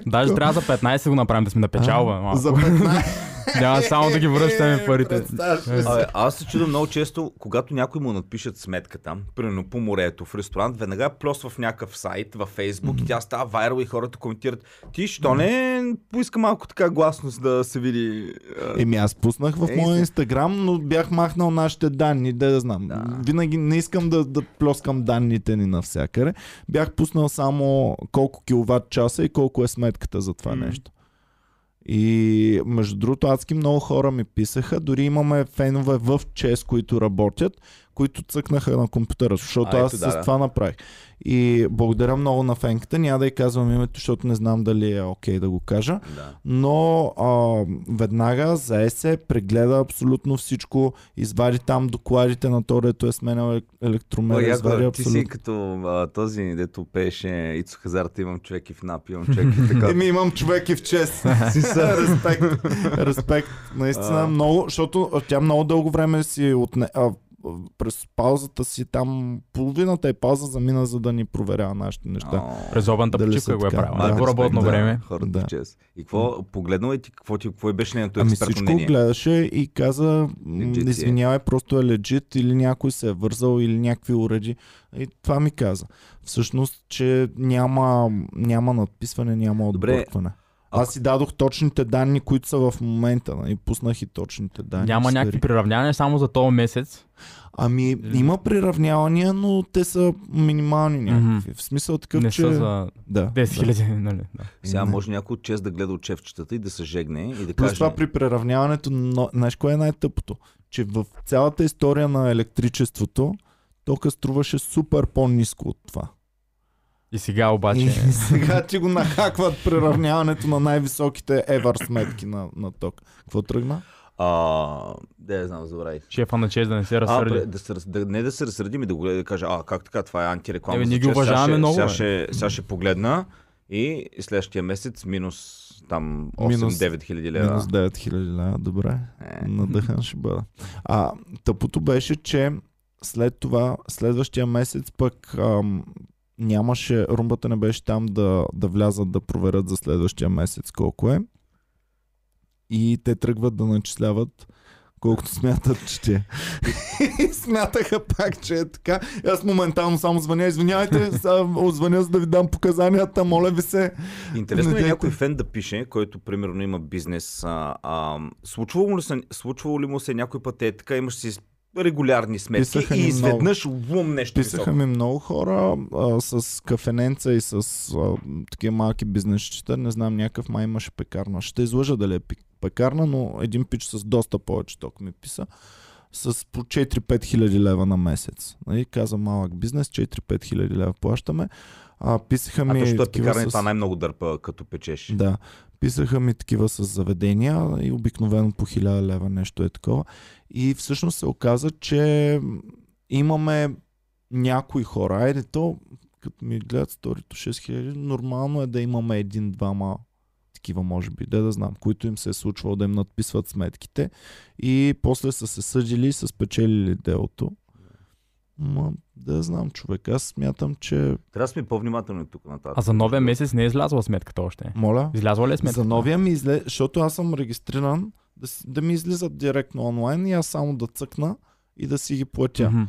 Даже трябва за 15 го направим да сме на печалба. малко.
за Е, 15...
Няма само да ги връщаме парите.
Представяш ли
Е,
си?
Абе, аз се чудя много често, когато някой му надпишат сметка там, примерно по морето, в ресторант, веднага я плюсва в някакъв сайт, във Фейсбук и тя става вайрал и хората коментират. Ти, що не поиска малко така гласност да се види? а,
Еми аз пуснах в
Ей,
моя
се.
инстаграм, но бях махнал нашите данни, да да знам.
Да.
Винаги не искам да, да плескам данните ни навсякъде. Бях пуснал само колко киловатт часа и колко е сметката за това
М.
нещо. И между другото, адски много хора ми писаха. Дори имаме фенове в ЧЕС, които работят, които цъкнаха на компютъра, защото
А, ето,
аз
да,
с
да.
това направих. И благодаря много на фенката. Няма да й казвам името, защото не знам дали е окей да го кажа
Да.
но а, веднага зае се, прегледа абсолютно всичко, извади там докладите на то, дето е сменял ел- електромер,
О,
извади
яко, ти си
абсолютно.
като а, този, дето пееше Ицо Хазарт, имам човек и в НАП, имам човек и така.
Еми имам човек и в чест.
Си са.
респект. респект. Наистина
А.
много, защото а, тя много дълго време си отне... А, а, през паузата си там половината е пауза замина, за да ни проверява нашите неща.
О.
През обната
Дали
почивка
са
го е
така?
правила.
Да.
Да, по работно
Да,
време.
Хората
Да.
да. чест. И какво погледнал и ти, какво, ти, какво е беше нейното
Ами
експертно
всичко
мнение?
гледаше и каза, м,
Legit е.
извинявай, просто е легит или някой се е вързал или някакви уреди. И това ми каза. Всъщност, че няма, няма надписване, няма
Добре,
отбъркване. Аз си дадох точните данни, които са в момента. И пуснах и точните данни.
Няма
Свири.
някакви приравнявания само за този месец.
Ами, има
Е.
приравнявания, но те са минимални някакви. В смисъл такъв,
Не
че...
са за
Да,
10
да.
000, нали? да.
Сега
Не.
може някой от чест да гледа от чевчетата и да се жегне и да
Плюс
каже...
това при преравняването, но, знаеш кое е най-тъпото? Че в цялата история на електричеството, тока струваше супер по-низко от това.
И сега обаче.
И сега ти го нахакват преравняването на най-високите ever сметки на, на ток. Какво тръгна?
А, да я знам, забравих.
Шефа на чест да не се
А,
разсърди.
бре, да се, раз- да, не да се разсърдим и да го гледа да каже, а как така, това е антиреклама.
Еми,
за
ние ги
чест, сега
уважаваме
ще-
много,
Сега
бе.
ще, сега ще погледна и следващия месец минус там
Минус-
8-9 хиляди лева.
Минус 9000 лева, добре.
Е.
Надъхан ще бъда. А, тъпото беше, че след това, следващия месец пък ам, нямаше, румбата не беше там да, да влязат да проверят за следващия месец колко е. И те тръгват да начисляват колкото смятат, че ти е. И смятаха пак, че е така. И аз моментално само звъня. Извинявайте, са- звъня за да ви дам показанията. Моля ви се.
Интересно е
Надейте.
някой фен да пише, който примерно има бизнес. А, а, случвало, му ли се, случвало ли му се някой път е така, имаш си регулярни сметки
Писаха
и
ни
изведнъж лум нещо
Писаха
високо.
ми много хора а, с кафененца и с а, такива малки бизнесчета. Не знам, някакъв май имаше пекарна. Ще излъжа дали е пек- пекарна, но един пич с доста повече ток ми писа. С по 4-5 хиляди лева на месец. И каза малък бизнес, 4-5 хиляди лева плащаме. А, писаха
А
ми
то, що е
такива
пекарни,
с-
това най-много дърпа, като печеш.
да. Писаха ми такива с заведения и обикновено по 1000 лева нещо е такова. И всъщност се оказа, че имаме някои хора. Айде то, като ми гледат сторито 6000, нормално е да имаме един-двама такива, може би, да да знам, които им се е случвало да им надписват сметките и после са се съдили и са спечелили делото. Ма, да я знам, човек. Аз смятам, че...
Трябва да сме по-внимателни тук нататък.
А за новия месец не е излязла сметката още.
Моля?
Излязла ли е сметката?
За новия ми излезе, защото аз съм регистриран, да, си- да ми излизат директно онлайн и аз само да цъкна и да си ги платя.
Мгм.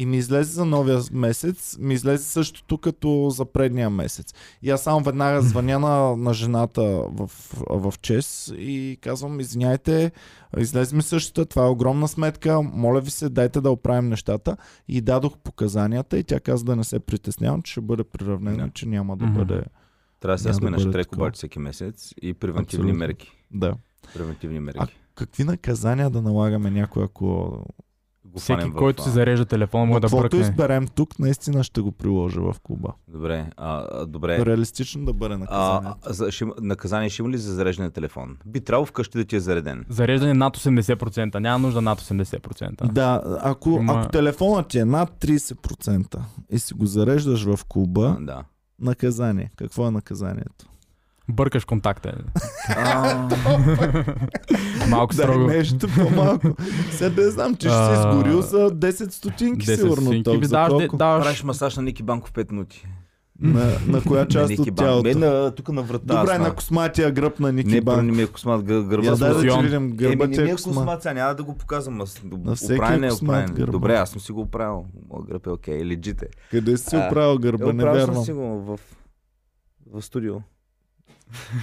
И ми излезе за новия месец, ми излезе същото като за предния месец. И аз само веднага звъня на, на жената в, в ЧЕС и казвам, извиняйте, излезе ми същата, това е огромна сметка, моля ви се, дайте да оправим нещата. И дадох показанията и тя каза да не се притеснявам, че ще бъде приравнена,
Да.
че няма да
Мгм.
бъде.
Трябва да сега
Няма да
сме на
бъде
штрек
такова.
обаче всеки месец и превентивни
Абсолютно.
мерки.
Да.
Превентивни мерки.
А какви наказания да налагаме някой, ако
Го
Всеки,
фанем в,
който
а,
си зарежда
Но
телефона, може да
Каквото
бръкне.
изберем тук, наистина ще го приложа в клуба.
Добре, а, а, добре.
Е. Реалистично да бъде
А,
наказанието.
а, за, ще, има- наказание ще има ли за зареждане на телефон? Би трябвало вкъщи да ти е зареден.
Зареждане над 80%. Няма нужда над 80%.
Да, ако,
Ма-
ако телефонът ти е над 30% и си го зареждаш в
А,
клуба,
да.
наказание. Какво е наказанието?
Бъркаш контакта. Малко
Да, е
строго.
нещо по-малко. Сега да я знам, че ще си
А,
изгорил за 10 стотинки,
10
сигурно.
синки.
Ток,
Би
за
даш, де-
колко?
даваш
Правиш масаж на Ники Банков 5 минути.
На, на коя част
Ники
от
Банг. Мен,
тялото?
а, тук на врата.
Добре,
аз
на
знам.
косматия гръб на Ники
Не, първо не
Банк.
ми е космат гър-
Я
гърба.
дай да
съм-
ти
Лосьон.
видим
Еми,
гърба
не
ти
ми е
е космат.
космат, сега няма да го показвам. Аз...
На всеки е
Оправен е,
космат
оправен.
гърба.
Добре, аз съм си го оправил. Моят гръб е окей, легит е.
Къде си
А,
оправил
Е,
гърба? Не
Оправил съм
вярвам.
си го в... В студио.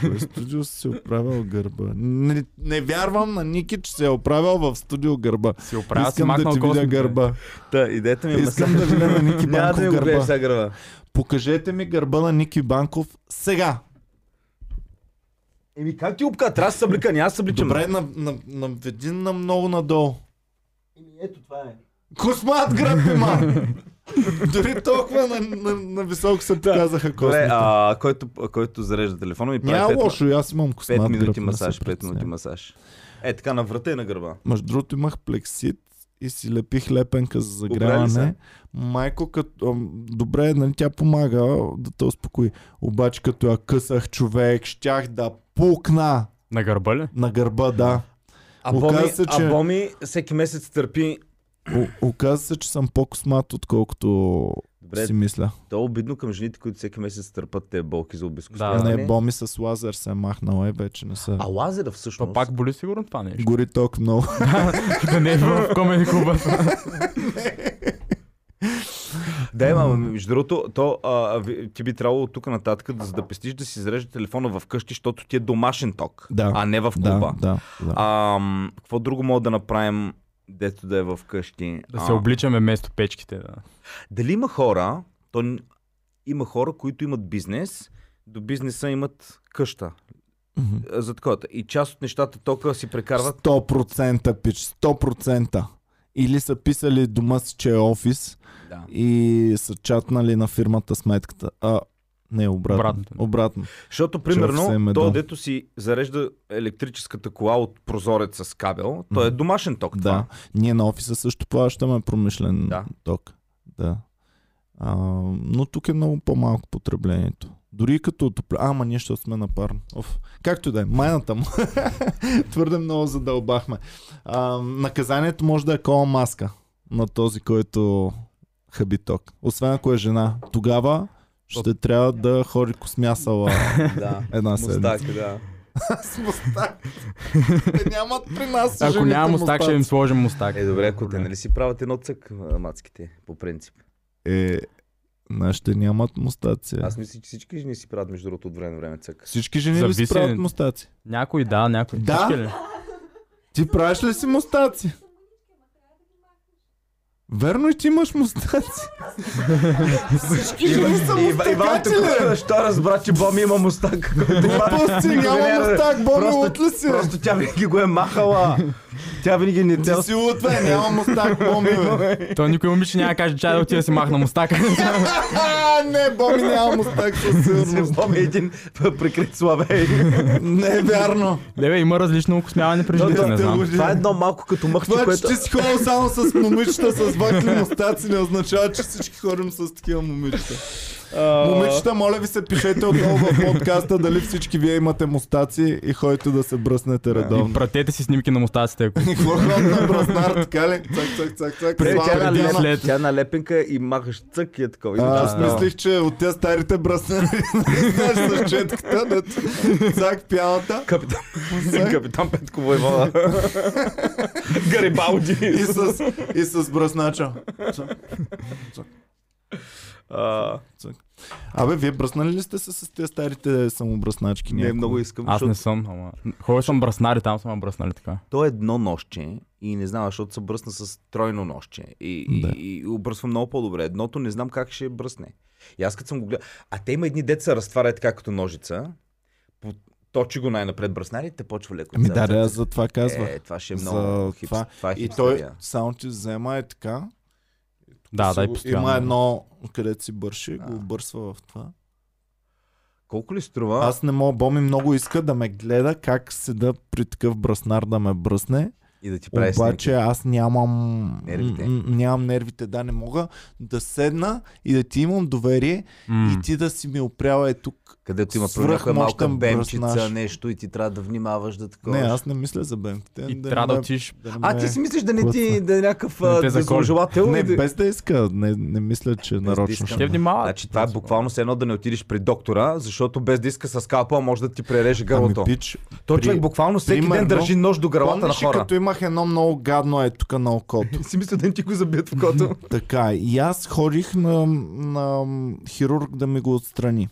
В студио си си оправил гърба. Не, не вярвам на Ники, че си е оправил в студио гърба.
Си оправя, си
Искам да
махнал
ти видя
космите.
гърба.
Та, идеята ми е...
Искам да видя на Ники
Няма да
Банков
ми го гледаш
гърба.
сега гърба.
Покажете ми гърба на Ники Банков сега.
Еми как ти обка? Трябва да се съблика, няма да се събличам.
Добре, на, на, на един на много надолу.
Еми, ето това е.
Космат гръб има! Дори толкова на, на, на високо се показаха
Добре,
космите.
а, който, а, който зарежда телефона ми прави
Няма
5,
лошо, и аз имам космат
5
гръб.
минути
не
масаж,
се
5 минути
притеснявай.
масаж. Е, така на врата и на гърба.
Между другото имах плексит и си лепих лепенка за
Обрали се?
загряване. Майко, като... ам, Добре, нали, тя помага да те успокои. Обаче като я късах човек, щях да пукна
На гърба ли?
на гърба, да.
А
Оказа
Боми,
се,
а
че-
Боми всеки месец търпи.
О, оказа се, че съм по-космат, отколкото
Добре,
си мисля.
то е обидно към жените, които всеки месец търпат те болки за обиско.
Да,
не, боми с лазер се е махнала и вече не са.
А лазера всъщност.
То пак боли сигурно това нещо.
Гори ток много.
да не е в комеди клуба.
Да, има, между другото, то, а, ви- ти би трябвало от тук нататък, да, за да пестиш, да си зарежда телефона вкъщи, защото ти е домашен ток,
Да.
а не в клуба.
да, да, да.
Ам, какво друго мога да направим, дето да е в къщи?
да се обличаме вместо печките. Да.
Дали има хора, то н- има хора, които имат бизнес, до бизнеса имат къща.
Мгм.
а, За такова. И част от нещата тока си прекарват.
100% пич, 100%. Или са писали дома си, че е офис
Да.
и са чатнали на фирмата сметката. А, не, обратно.
Обратното.
обратно.
Защото,
офиса им
примерно,
е
то,
дом.
дето си зарежда електрическата кола от прозорец с кабел, то е
Мгм.
домашен ток. Това.
Да. Ние на офиса също плащаме промишлен
Да.
ток. Да. А, но тук е много по-малко потреблението. Дори и като отопля... А, Ама ние ще сме на парно. Оф. Както и да е, майната му. Твърде много задълбахме. А, наказанието може да е кола маска на този, който хаби ток. Освен ако е жена. Тогава ще трябва да ходи космясала
да.
една седмица.
Мустак, да.
С мустак. Те нямат при нас
Ако
жените
няма мустак, ще им
мустаци.
сложим мустак.
Е, добре, ако те нали си правят едно цък, а, мацките, по принцип.
Е, нашите нямат мустаци.
Аз мисля, че всички жени си правят, между другото, от време на време цък.
Всички жени ли
Зависи.
си правят мустаци?
Някой да, някой.
Да?
Всички ли?
Ти правиш ли си мустаци? Верно и ти имаш мустаци. Всички жени са
И- Ива- Иван
мустакачи
тук
ли?
защо разбра, че Боми има мустак.
Глупости, няма мустак, Боми,
Просто-
лут ли си?
Просто тя винаги го е махала. Тя винаги не
Ти
цел.
си лут, бе, няма мустак, Боми, бе.
То никой момиче няма да каже, чай да отида да си махна мустака.
А, не, Боми, няма мустак със сигурност.
Боми е един прикрит славей.
Не е вярно.
Не, бе, има различно окосмяване при жените,
да,
не
те
знам.
лъжи.
Това е едно малко като мъхче,
Това, Значи, че
което...
ти си ходил само с момичета с вакли мустаци, не означава, че всички ходим с такива момичета. Момичета, моля ви се, пишете отново в подкаста дали всички вие имате мустаци и ходите да се бръснете
И
редовно.
пратете си снимки на мустаците, ако
И какво ходят на браснар, така ли? Цак, цак, цак, цак.
Е,
Слава
Тя е
на
на
Диана.
леп-
след.
тя е на лепенка и махаш цък и е такова. И
А,
да,
Аз мислих, че от тези старите браснари, знаеш, с четката, дето цак пялата
Капитан,
Цак.
капитан Петко Войвода. Гарибалди.
и с, и с браснача.
А,
Абе, вие бръснали ли сте се с тези старите самобръсначки?
Не,
някакво?
много искам,
Аз
защото
не съм, ама. Хора съм бръснари, там съм бръснали така.
то е едно нощче и не знам, защото се бръсна с тройно нощче. И, да.
Да.
и, и обръсвам много по-добре. Едното не знам как ще бръсне. И аз като съм го гледал. А те има едни деца разтваря така като ножица. По- Точи го най-напред бръснарите, почва леко.
Ами
цър,
да,
цър,
да, аз
цър.
за това казвах.
Е, това ще е
За
много хипс.
това.
Това е
и той
хипстерия.
само ти взема е така.
Да,
си
да, и
го-
постоянно.
Има едно, където си бърши,
Да.
го обърсва в това.
Колко ли струва?
Аз не мога, Боми много иска да ме гледа как седа при такъв браснар да ме бръсне.
И да ти прави
Обаче аз нямам
Нервите.
м- м- нямам нервите, да не мога да седна и да ти имам доверие
М.
и ти да си ми опряла е тук.
Където има
свръх
някоя малка
мощен
бемчица,
бръснаж.
нещо и ти трябва да внимаваш да такова.
Не, аз не мисля за бенките.
И
да
трябва да
не ме-
отиш.
да
А,
ме-
ти си мислиш да не ти да е някакъв
Не те
а,
заколи.
зложелател?
Не,
и да-
без да иска. Не, не мисля, че
да
нарочно
иска.
ще
Ще
ме-
внимава.
Значи това е буквално все едно да не отидеш при доктора, защото без да иска с капа може да ти пререже гърлото.
Ами, пич,
Той
при-
човек буквално всеки ден
примерно,
държи нож до гърлата на
помниш ли,
хора.
като имах едно много гадно е тук на окото?
И си мисля да не ти го забият в кото.
Така, е. и аз ходих на, на хирург да ми го отстрани.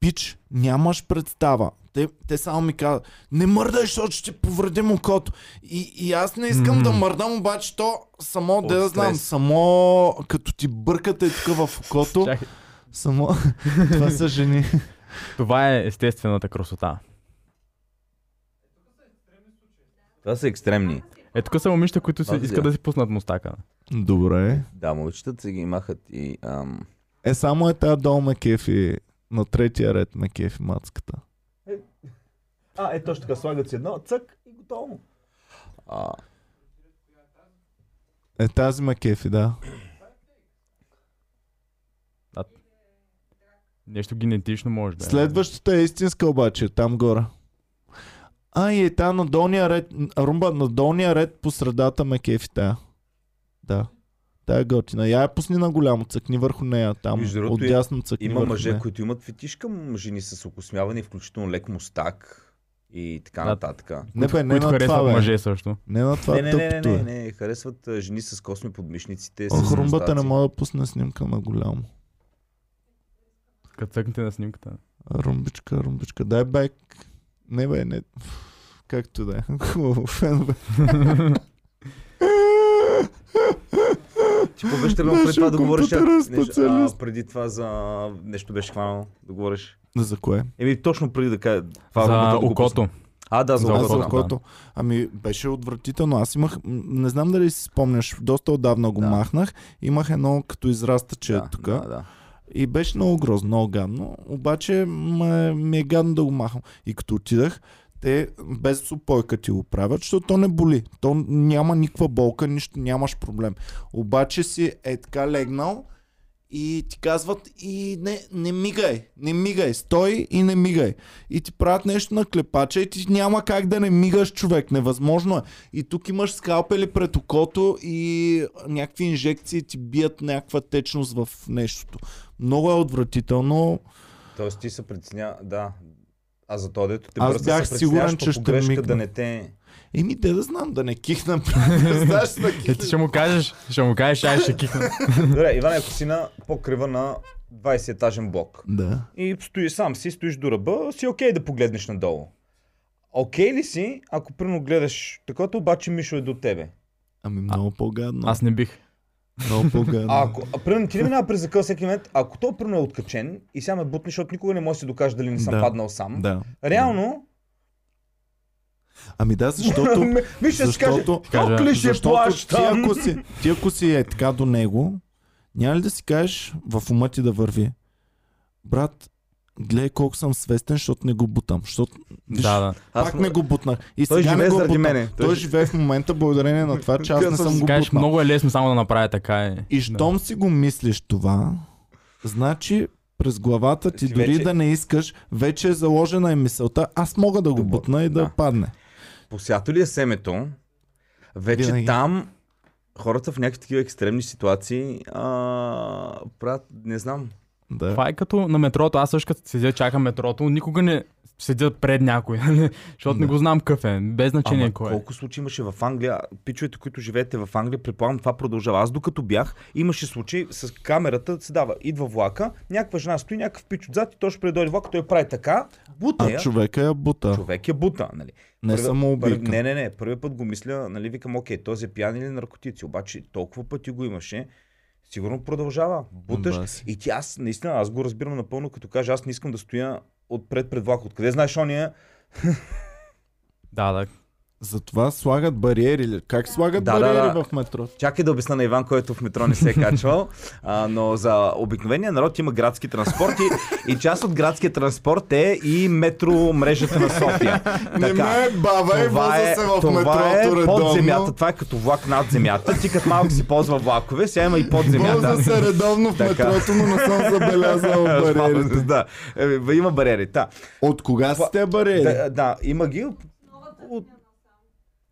Пич, нямаш представа. Те, те само ми казват, не мърдай, защото ще ти повредим окото. И, и аз не искам
М.
да мърдам, обаче то само да
От
я знам,
стрес.
само като ти бъркате тук в окото,
Чакай.
само това са жени.
Това е естествената красота.
Това са екстремни.
Е, тук са момичета, които си,
Базия.
искат да си пуснат мустака.
Добре.
Да, момичетата си ги махат и... Ам...
Е, само е тази долу ме кефи, на третия ред ме кефи мацката.
А, е точно така, слагат си едно, цък и готово. А,
Е, тази ме кефи, да.
Нещо генетично може да е.
Следващата е истинска обаче, там горе. А, и е та на долния ред, румба, на долния ред по средата ме кефи тая. Да. Тая е готина. Я я пусни на голямо, цъкни върху нея там.
Между другото,
Отдясно цъкни
има
върху
мъже,
нея.
които имат фетиш към жени с окосмяване, включително лек мустак и така
Да.
нататък.
Не бе, не
които
на
харесват
това, бе.
мъже също.
Не на това
Не, не, не, не,
тъпото
не,
е.
не, харесват а, жени с косми под мишниците. с
Ох, румбата не
мустаци.
мога да пусне снимка на голямо.
Като цъкнете на снимката.
Румбичка, румбичка. Дай бек. Не бе, не. Ф, Както да е. Хубаво, фенове.
Ти какво беше тръгнал преди
Нашия
това да говориш?
компютърен
а, нещо- а,
специалист.
преди това за нещо беше хванал да говориш.
За кое?
Еми, точно преди да кажа. това
За
румбата да го пусна.
окото.
А, да, за,
За
За
окото.
за
окото,
да.
окото. Ами беше отвратително. Аз имах, м, не знам дали си спомняш, доста отдавна го
Да.
махнах. Имах едно като е израстаче
Да,
да, тук.
да, да.
И беше много грозно, много гадно. Обаче ме, ми е гадно да го махам. И като отидах, те без супойка ти го правят, защото то не боли. То няма никаква болка, нищо, нямаш проблем. Обаче си е така легнал и ти казват и не, не мигай, не мигай, стой и не мигай. И ти правят нещо на клепача и ти няма как да не мигаш човек, невъзможно е. И тук имаш скалпели пред окото и някакви инжекции ти бият някаква течност в нещото. Много е отвратително.
Тоест ти се притесня, да. А за то, дето те
Аз
бръсна,
бях
се
сигурен,
притесняваш
че
по
ще
погрешка
мигна.
да не те...
Еми, де да знам, да не кихна. Знаеш, да
Е, ти ще
кихна.
му кажеш, ще му кажеш, ай ще кихна.
Добре, Иван, ако си на покрива на 20-етажен блок
Да.
и стои сам си, стоиш до ръба, си окей да погледнеш надолу. Окей ли си, ако прино гледаш такова, обаче Мишо е до тебе?
Ами много по-гадно.
Аз не бих.
Много по-гадно.
А ако, а, примерно, ти ли минава през закъл всеки момент, ако то примерно е откачен и сега ме бутне, защото никога не може да се докаже дали не съм
Да.
паднал сам,
Да.
реално,
Ами да, защото...
Мишо ще каже,
защото...
тук ли ще
Защото ти
плащам?
ако, си, ти ако си е така до него, няма ли да си кажеш в ума ти да върви? Брат, гледай колко съм свестен, защото не го бутам. Защото виж,
Да, да.
пак не го бутнах. И
Той
сега
живее
не го
заради
бутам.
мене.
Той,
Той-
живее в момента благодарение на това, че аз не
Аз
съм го
Кажеш,
бутнал.
много е лесно само да направя така е.
И щом си го мислиш това, значи през главата ти,
Ти
дори
Значи вече-
да не искаш, вече е заложена и мисълта, аз мога да го
Добър,
бутна и да,
да.
падне.
посято ли е семето, вече
Винаги.
там хората в някакви такива екстремни ситуации а, правят, не знам.
Да.
Това е като на метрото. Аз също като седя, чакам метрото, никога не седя пред някой, нали? защото не
Да.
го знам какъв е. Без значение
Ама
кой е.
колко случаи имаше в Англия, пичовете, които живеете в Англия, предполагам това продължава. Аз докато бях, имаше случай с камерата, се дава, идва влака, някаква жена стои, някакъв пич отзад и той ще предойде влака, той прави така, бута
А
я.
човека я бута.
Човек е бута, нали?
Не
Първи-
само
първи-
убийка.
Не, не, не. Първият път го мисля, нали, викам, окей, този е пиян или наркотици. Обаче толкова пъти го имаше, сигурно продължава. Буташ.
Да, си.
и ти аз, наистина, аз го разбирам напълно, като кажа, аз не искам да стоя отпред пред влак. Откъде знаеш ония?
Да, да.
Затова слагат бариери. ли? Как слагат
Да, да,
бариери
да.
в метро?
Чакай да обясна на Иван, който в метро не се е качвал, а, но за обикновения народ има градски транспорт и, и част от градския транспорт е и метро мрежата на София.
Не ме бавай,
Това
воза
е,
се в
това
метрото
е под
редовно.
земята, това е като влак над земята. Ти като малко си ползва влакове, сега има и под земята.
Воза се е редовно в
Така.
метрото, но не съм забелязал бариерите.
да, Е, има бариери. Та.
От кога са те бариери?
Да, да, има ги. От...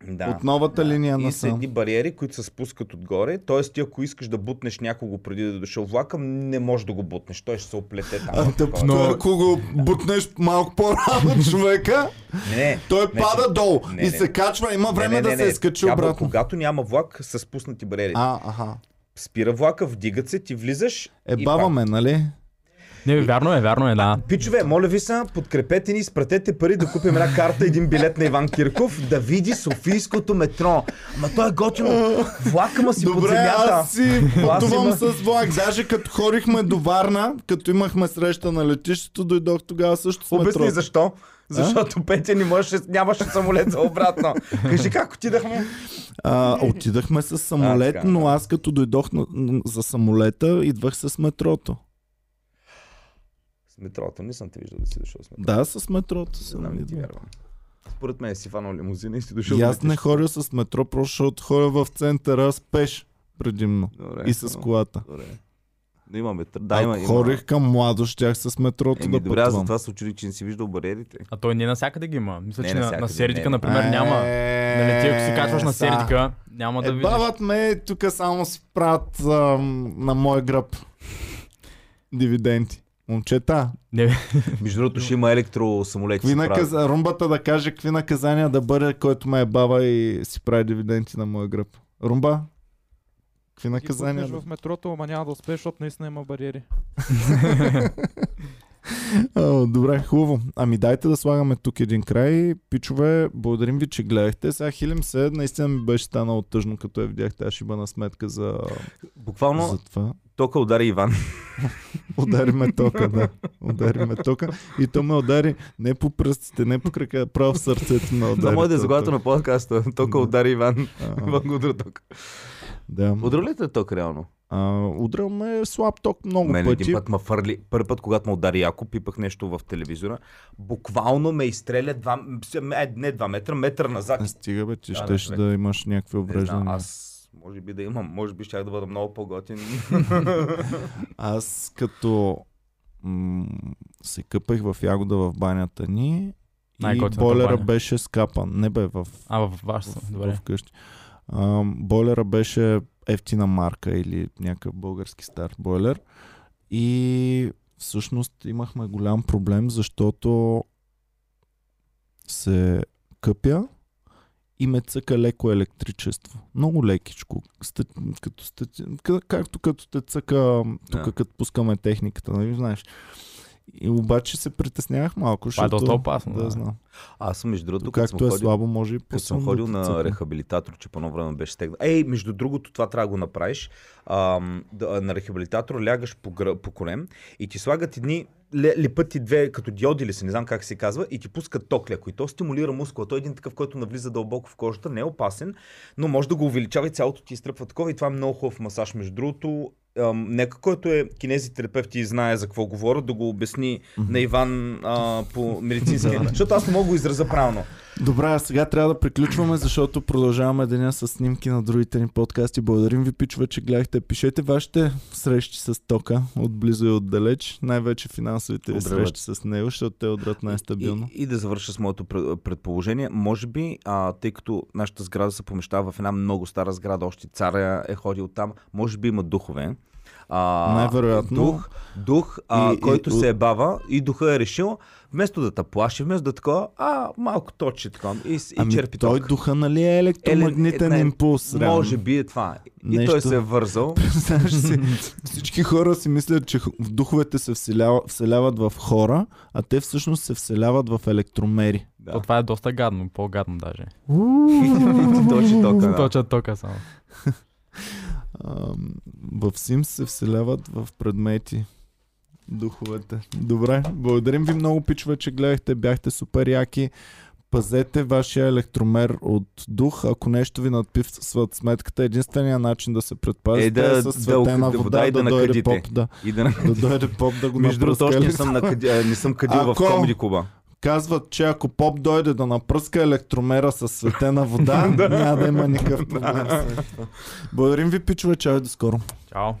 Да.
От новата линия на
и са
сам.
едни бариери, които се спускат отгоре. Тоест, ти ако искаш да бутнеш някого преди да е дошъл влака, не можеш да го бутнеш. Той ще се оплете там.
А тъпто,
Но-
е, ако го бутнеш малко по-рано човека,
Не, не. Значи,
той
Не,
пада долу
не,
и
не.
се качва, има време
не, не,
да
не.
се изкачи
Трябва,
обратно.
Когато няма влак, са спуснати бариери.
А, аха.
Спира влака, вдигат се, ти влизаш.
Е,
и
баба
пак.
ме, нали?
Не, вярно е, вярно е, да.
Пичове, моля ви са, подкрепете ни, спратете пари да купим една карта, един билет на Иван Кирков, да види Софийското метро. Ма той е готино. Влака ма си под
Добре,
земята.
аз си
Аз
пътувам
има-
с влак. Даже като хорихме до Варна, като имахме среща на летището, дойдох тогава също с метро.
Обясни защо. Защото Петя не можеше, нямаше самолет за обратно. Кажи как отидахме.
А, отидахме с самолет,
А, така,
но
да.
аз като дойдох на, н- за самолета, идвах с метрото.
С метрото, не съм те виждал да си дошъл с метрото.
Да, с метрото съм
Не Ами, ти
идвал.
вярвам. Според мен е си фанал лимузина и си дошъл.
И
да
аз не
летиш.
хоря с метро, просто защото хоря в центъра с пеш предимно.
Добре,
И с
но-
колата.
Добре. Да имаме. тр- Да,
Ако
има, има.
хорих към младо, щях с метрото
Еми,
да
добре, аз
пътувам.
затова се учудих, че не си виждал бариерите.
А той не навсякъде ги има. Мисля,
Не,
че на, на
навсякъде, не.
Сердика, например,
Е,
няма. Нали, ти ако се качваш на
са.
Сердика, няма да
Е,
видиш.
бават ме, тук само си правят ам, на мой гръб дивиденти. Момчета,
Не,
Между другото, ще има електросамолети.
какви
се правят.
наказ... румбата да каже какви наказания да бъде, който ме е бава и си прави дивиденти на моя гръб. Румба, какви
Ги бутнеш
наказания?
в метрото, ама няма да успееш, защото наистина има бариери.
А, добре, хубаво. Ами дайте да слагаме тук един край. Пичове, благодарим ви, че гледахте. Сега хилим се. Наистина ми беше станало тъжно, като я видях тази шибана сметка за, за
Буквално
това.
тока удари Иван.
Удари ме тока, да. Удари ме тока. И то ме удари не по пръстите, не по крака, а право в сърцето ме удари.
Да, може да е
този
заглавието
ток.
на подкаста. Тока
Да.
удари Иван.
А,
Иван го удра тока.
Да.
Удрал ли те ток реално?
А, удрал ме е слаб ток много
Мен
пъти.
един път ме фърли. Първи път, когато ме удари яко, пипах нещо в телевизора. Буквално ме изстреля два, м, се- м, е, не два метра, метър назад.
Не стига бе, ти
Да,
щеш
да,
да, имаш някакви
Не знам,
увреждания. Аз...
аз може би да имам, може би щях да бъда много по-готин.
аз като м- се къпех в ягода в банята ни и
Най-готината
бойлера
баня.
беше скапан. Не бе, в
а, във ваш съм.
в,
Добре.
вкъщи. А, бойлера беше ефтина марка или някакъв български стар бойлер. И всъщност имахме голям проблем, защото се къпя и ме цъка леко електричество. Много лекичко. Ста, като стати, ка- както като те цъка тук,
Да.
като пускаме техниката, нали знаеш. И обаче се притеснявах малко,
Това е доста опасно.
да, знам.
Аз съм между другото, като съм
Както е
ходил,
слабо, може и
като
по-силно
съм
да
ходил
те
на
цъка.
рехабилитатор, че по едно време беше стегнал. Ей, между другото, това трябва да го направиш. Ам, да, на рехабилитатор лягаш по, гръ... по колем и ти слагат едни ле- лепът ти две като диоди ли се, не знам как се казва, и ти пускат ток леко. И то стимулира мускула. Той е един такъв, който навлиза дълбоко в кожата, не е опасен, но може да го увеличава и цялото ти изтръпва такова. И това е много хубав масаж. Между другото, ам, нека който е кинезитерапевт и знае за какво говоря, да го обясни на Иван а, по медицински. защото аз не мога да го изразя правилно.
Добре, а сега трябва да приключваме, защото продължаваме деня с снимки на другите ни подкасти. Благодарим ви, пичове, че гледахте. Пишете вашите срещи с тока, отблизо и отдалеч. Най-вече финансовите ви
Добре,
срещи с него, защото те удрат най-стабилно.
И, и да завърша с моето пре- предположение. Може би, а, тъй като нашата сграда се помещава в една много стара сграда, още царя е ходил там, може би има духове. А,
Най-вероятно.
Дух, дух а,
И- и-
който
от-
се е бава и духа е решил, вместо да те плаши, вместо да такова, а малко точи така и, с- и
Ами
черпи
той
ток.
духа, нали е електромагнитен
Елен- е- не,
импулс? реално?
Може би е това. И
Нещо-
той се е вързал.
Представяш си, всички хора си мислят, че в духовете се вселява, вселяват в хора, а те всъщност се вселяват в електромери.
То,
Да.
това е доста гадно, по-гадно даже.
Ти точи тока. да.
Точа тока само.
А, в Sims се вселяват в предмети духовете. Добре, благодарим ви много, пичове, че гледахте, бяхте супер яки. пазете вашия електромер от дух, ако нещо ви надписват сметката, единственият начин да се предпазите
Е,
е,
да-
да, с
да
светена вода,
окръпте вода и да
да, дойде
накъдите.
поп, да,
И да...
да дойде поп да го
Между другото,
напръска.
още не
елект-
съм, накъди, а, не съм къдил в
Ако-
комеди клуба.
Казват, че ако поп дойде да напръска електромера с светена вода, няма да има никакъв проблем. Благодарим ви, пичове, чао и до скоро.
Чао.